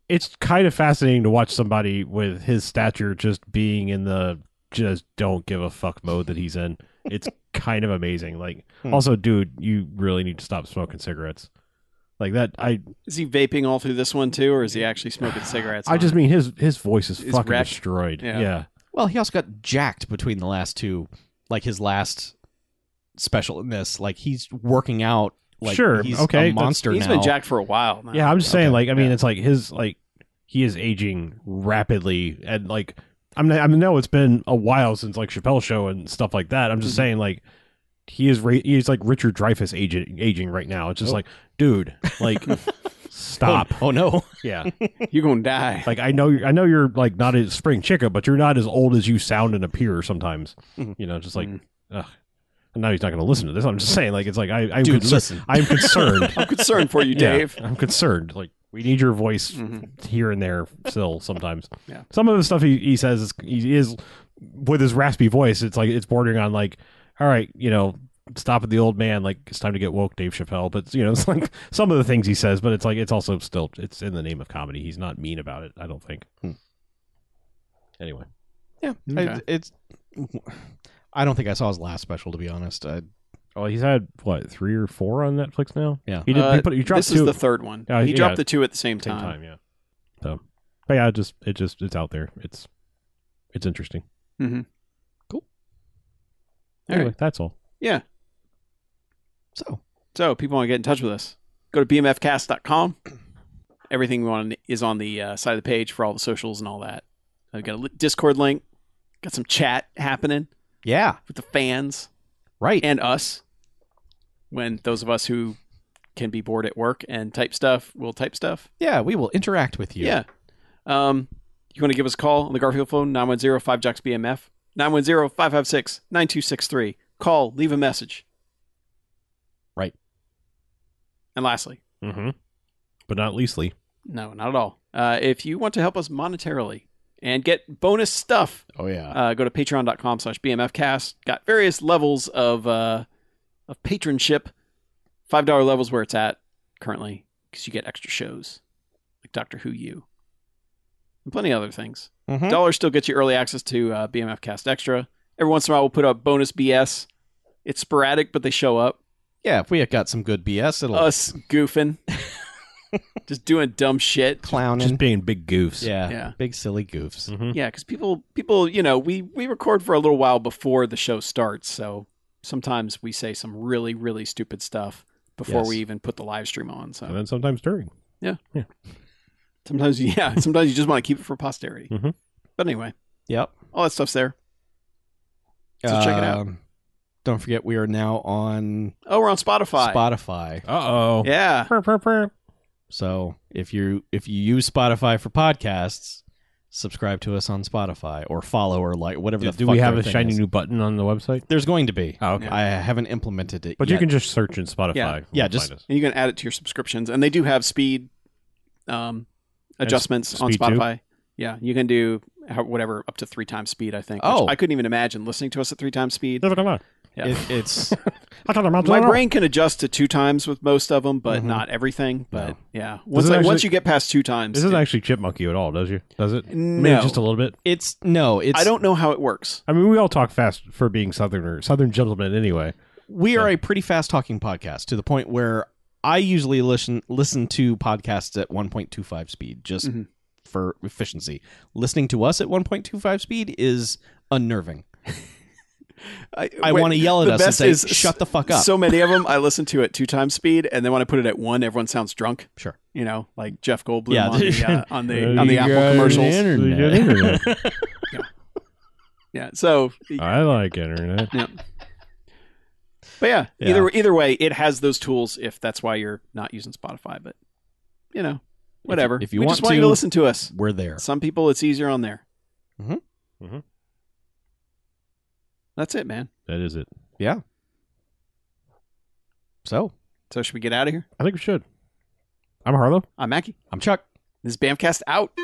it's kind of fascinating to watch somebody with his stature just being in the just don't give a fuck mode that he's in.
[LAUGHS]
It's kind of amazing. Like,
Hmm.
also, dude, you really need to stop smoking cigarettes. Like that, I
is he vaping all through this one too, or is he actually smoking cigarettes?
I
on
just mean his his voice is
It's
fucking
wrecked.
destroyed.
Yeah.
yeah,
Well, he also got jacked between the last two, like his last special in this. Like he's working out. Like
Sure,
He's
okay,
A
that's-
monster
it? He's
now.
been jacked for a while. Now.
Yeah, I'm just saying.
Okay.
Like, I mean,
Yeah.
it's like his like he is aging rapidly, and like I'm I mean, no, it's been a while since like Chappelle show and stuff like that. I'm just
Mm-hmm.
Mhm.
saying, like he is ra- he's like Richard Dreyfuss aging aging right now. It's just
Oh.
like, dude,
[LAUGHS]
like stop.
Oh,
[LAUGHS]
oh no.
Yeah,
You're gonna die.
[LAUGHS] like I know I know you're like not a spring chicken, but you're not as old as you sound and appear sometimes.
Mhm.
You know, just like.
Mhm.
Mm-hmm.
Ugh. And now he's not going to listen to this. I'm just saying, like it's like I, I'm
Dude,
concer-
listen.
I'm concerned.
I'm concerned for you,
Yeah,
Dave.
I'm concerned. Like we need your voice
Mhm.
here and there still sometimes.
Yeah.
Some of the stuff he, he says is he is with his raspy voice, it's like it's bordering on like, all right, you know, stop at the old man, like it's time to get woke, Dave Chappelle. But you know, [LAUGHS] it's like some of the things he says, but it's like it's also still it's in the name of comedy. He's not mean about it, I don't think.
Hmm.
Anyway.
Yeah. I,
Okay.
it's. I don't think I saw his last special to be honest. I,
Well, Oh, he's had what, three or four on Netflix now?
Yeah.
He did
Uh,
he put he dropped
this
two
is the third one.
Uh,
he
yeah.
dropped the two at the same
same
time.
time, yeah. So, but yeah, it just it just it's out there. It's it's interesting.
Mhm.
Cool.
All
anyway,
right.
that's all.
Yeah.
so
So if people want to get in touch with us. Go to bmfcast.com. Everything we want is on the uh, side of the page for all the socials and all that. I've got a li- Discord link. Got some chat happening
yeah.
with the fans
Right.
and us. When those of us who can be bored at work and type stuff will type stuff.
yeah. We will interact with you.
Yeah. Um, you want to give us a call on the Garfield phone, 910 5 Jocks BMF, 910 556 9263. Call, leave a message.
Right.
And lastly,
Mm-hmm. But not leastly.
no, not at all. Uh, if you want to help us monetarily and get bonus stuff,
Oh yeah.
uh, go to patreon.com slash bmfcast got various levels of uh of patronship five dollar levels where it's at currently because you get extra shows like doctor who you and plenty of other things
Mhm.
dollar still gets you early access to uh, bmfcast extra every once in a while we'll put up bonus bs it's sporadic but they show up
Yeah. If we have got some good BS, it'll
us goofing just doing dumb shit
clowning.
Just being big goofs.
yeah.
Yeah. Mm.
Big silly goofs.
Mm-hmm.
Yeah, because people, people, you know, we we record for a little while before the show starts, so sometimes we say some really, really stupid stuff before
Yes.
we even put the live stream on.
And
So
then sometimes during.
sometimes, [LAUGHS] yeah, sometimes you just want to keep it for posterity.
Mhm.
But anyway,
Yep.
all that stuff's there. So check it out.
Um, Don't forget, we are now on
Oh, we're on Spotify.
Spotify.
Uh oh.
Yeah,
Purr, purr, purr.
So if you if you use Spotify for podcasts, subscribe to us on Spotify or follow or like whatever
Do,
the
do
fuck
we have
their
a
thing
shiny
is.
new button on the website?
There's going to be.
Oh, okay.
I haven't implemented it.
But you
yet.
can just search in Spotify.
Yeah.
and
Yeah,
find
just-
us.
And you can add it to your subscriptions. And they do have speed um, adjustments on
speed too?
Spotify. Yeah, you can do how- whatever up to three times speed. I think. which
Oh.
I couldn't even imagine listening to us at three times speed. Yeah.
It, it's
My brain can adjust to two times with most of them, but
Mhm.
not everything. But yeah,
it
once I-
actually-
once you get past two times,
This isn't
it-
actually chipmunk you at all, does you? Does it? Maybe
No.
just a little bit.
it's no.
[LAUGHS]
It's
I don't know how it works.
I mean, we all talk fast for being southerner, southern gentlemen anyway.
we are a pretty fast talking podcast to the point where I usually listen listen to podcasts at 1.25 speed just
Mhm.
for efficiency. Listening to us at 1.25 speed is unnerving. I
wait,
want to yell at
the
us and
best
say,
is-
"Shut the fuck up."
So many of them I listen to at two times speed, and then when I put it at one, everyone sounds drunk.
Sure.
You know, like Jeff Goldblum
Yeah.
on the uh, on the
[LAUGHS]
Uh,
on the
you
Apple
got
commercials.
internet.
Yeah. So,
I like internet.
but yeah,
Yeah.
either either way, it has those tools. If that's why you're not using Spotify, but you know, whatever.
If, if you
we
want
just want you to listen to us.
[LAUGHS] we're there.
Some people, it's easier on there.
Mhm.
Mhm.
That's it, man.
That is it.
So
So should we get out of here?
I think we should. I'm Harlow.
I'm Mackie.
I'm Chuck.
This is Bamcast out.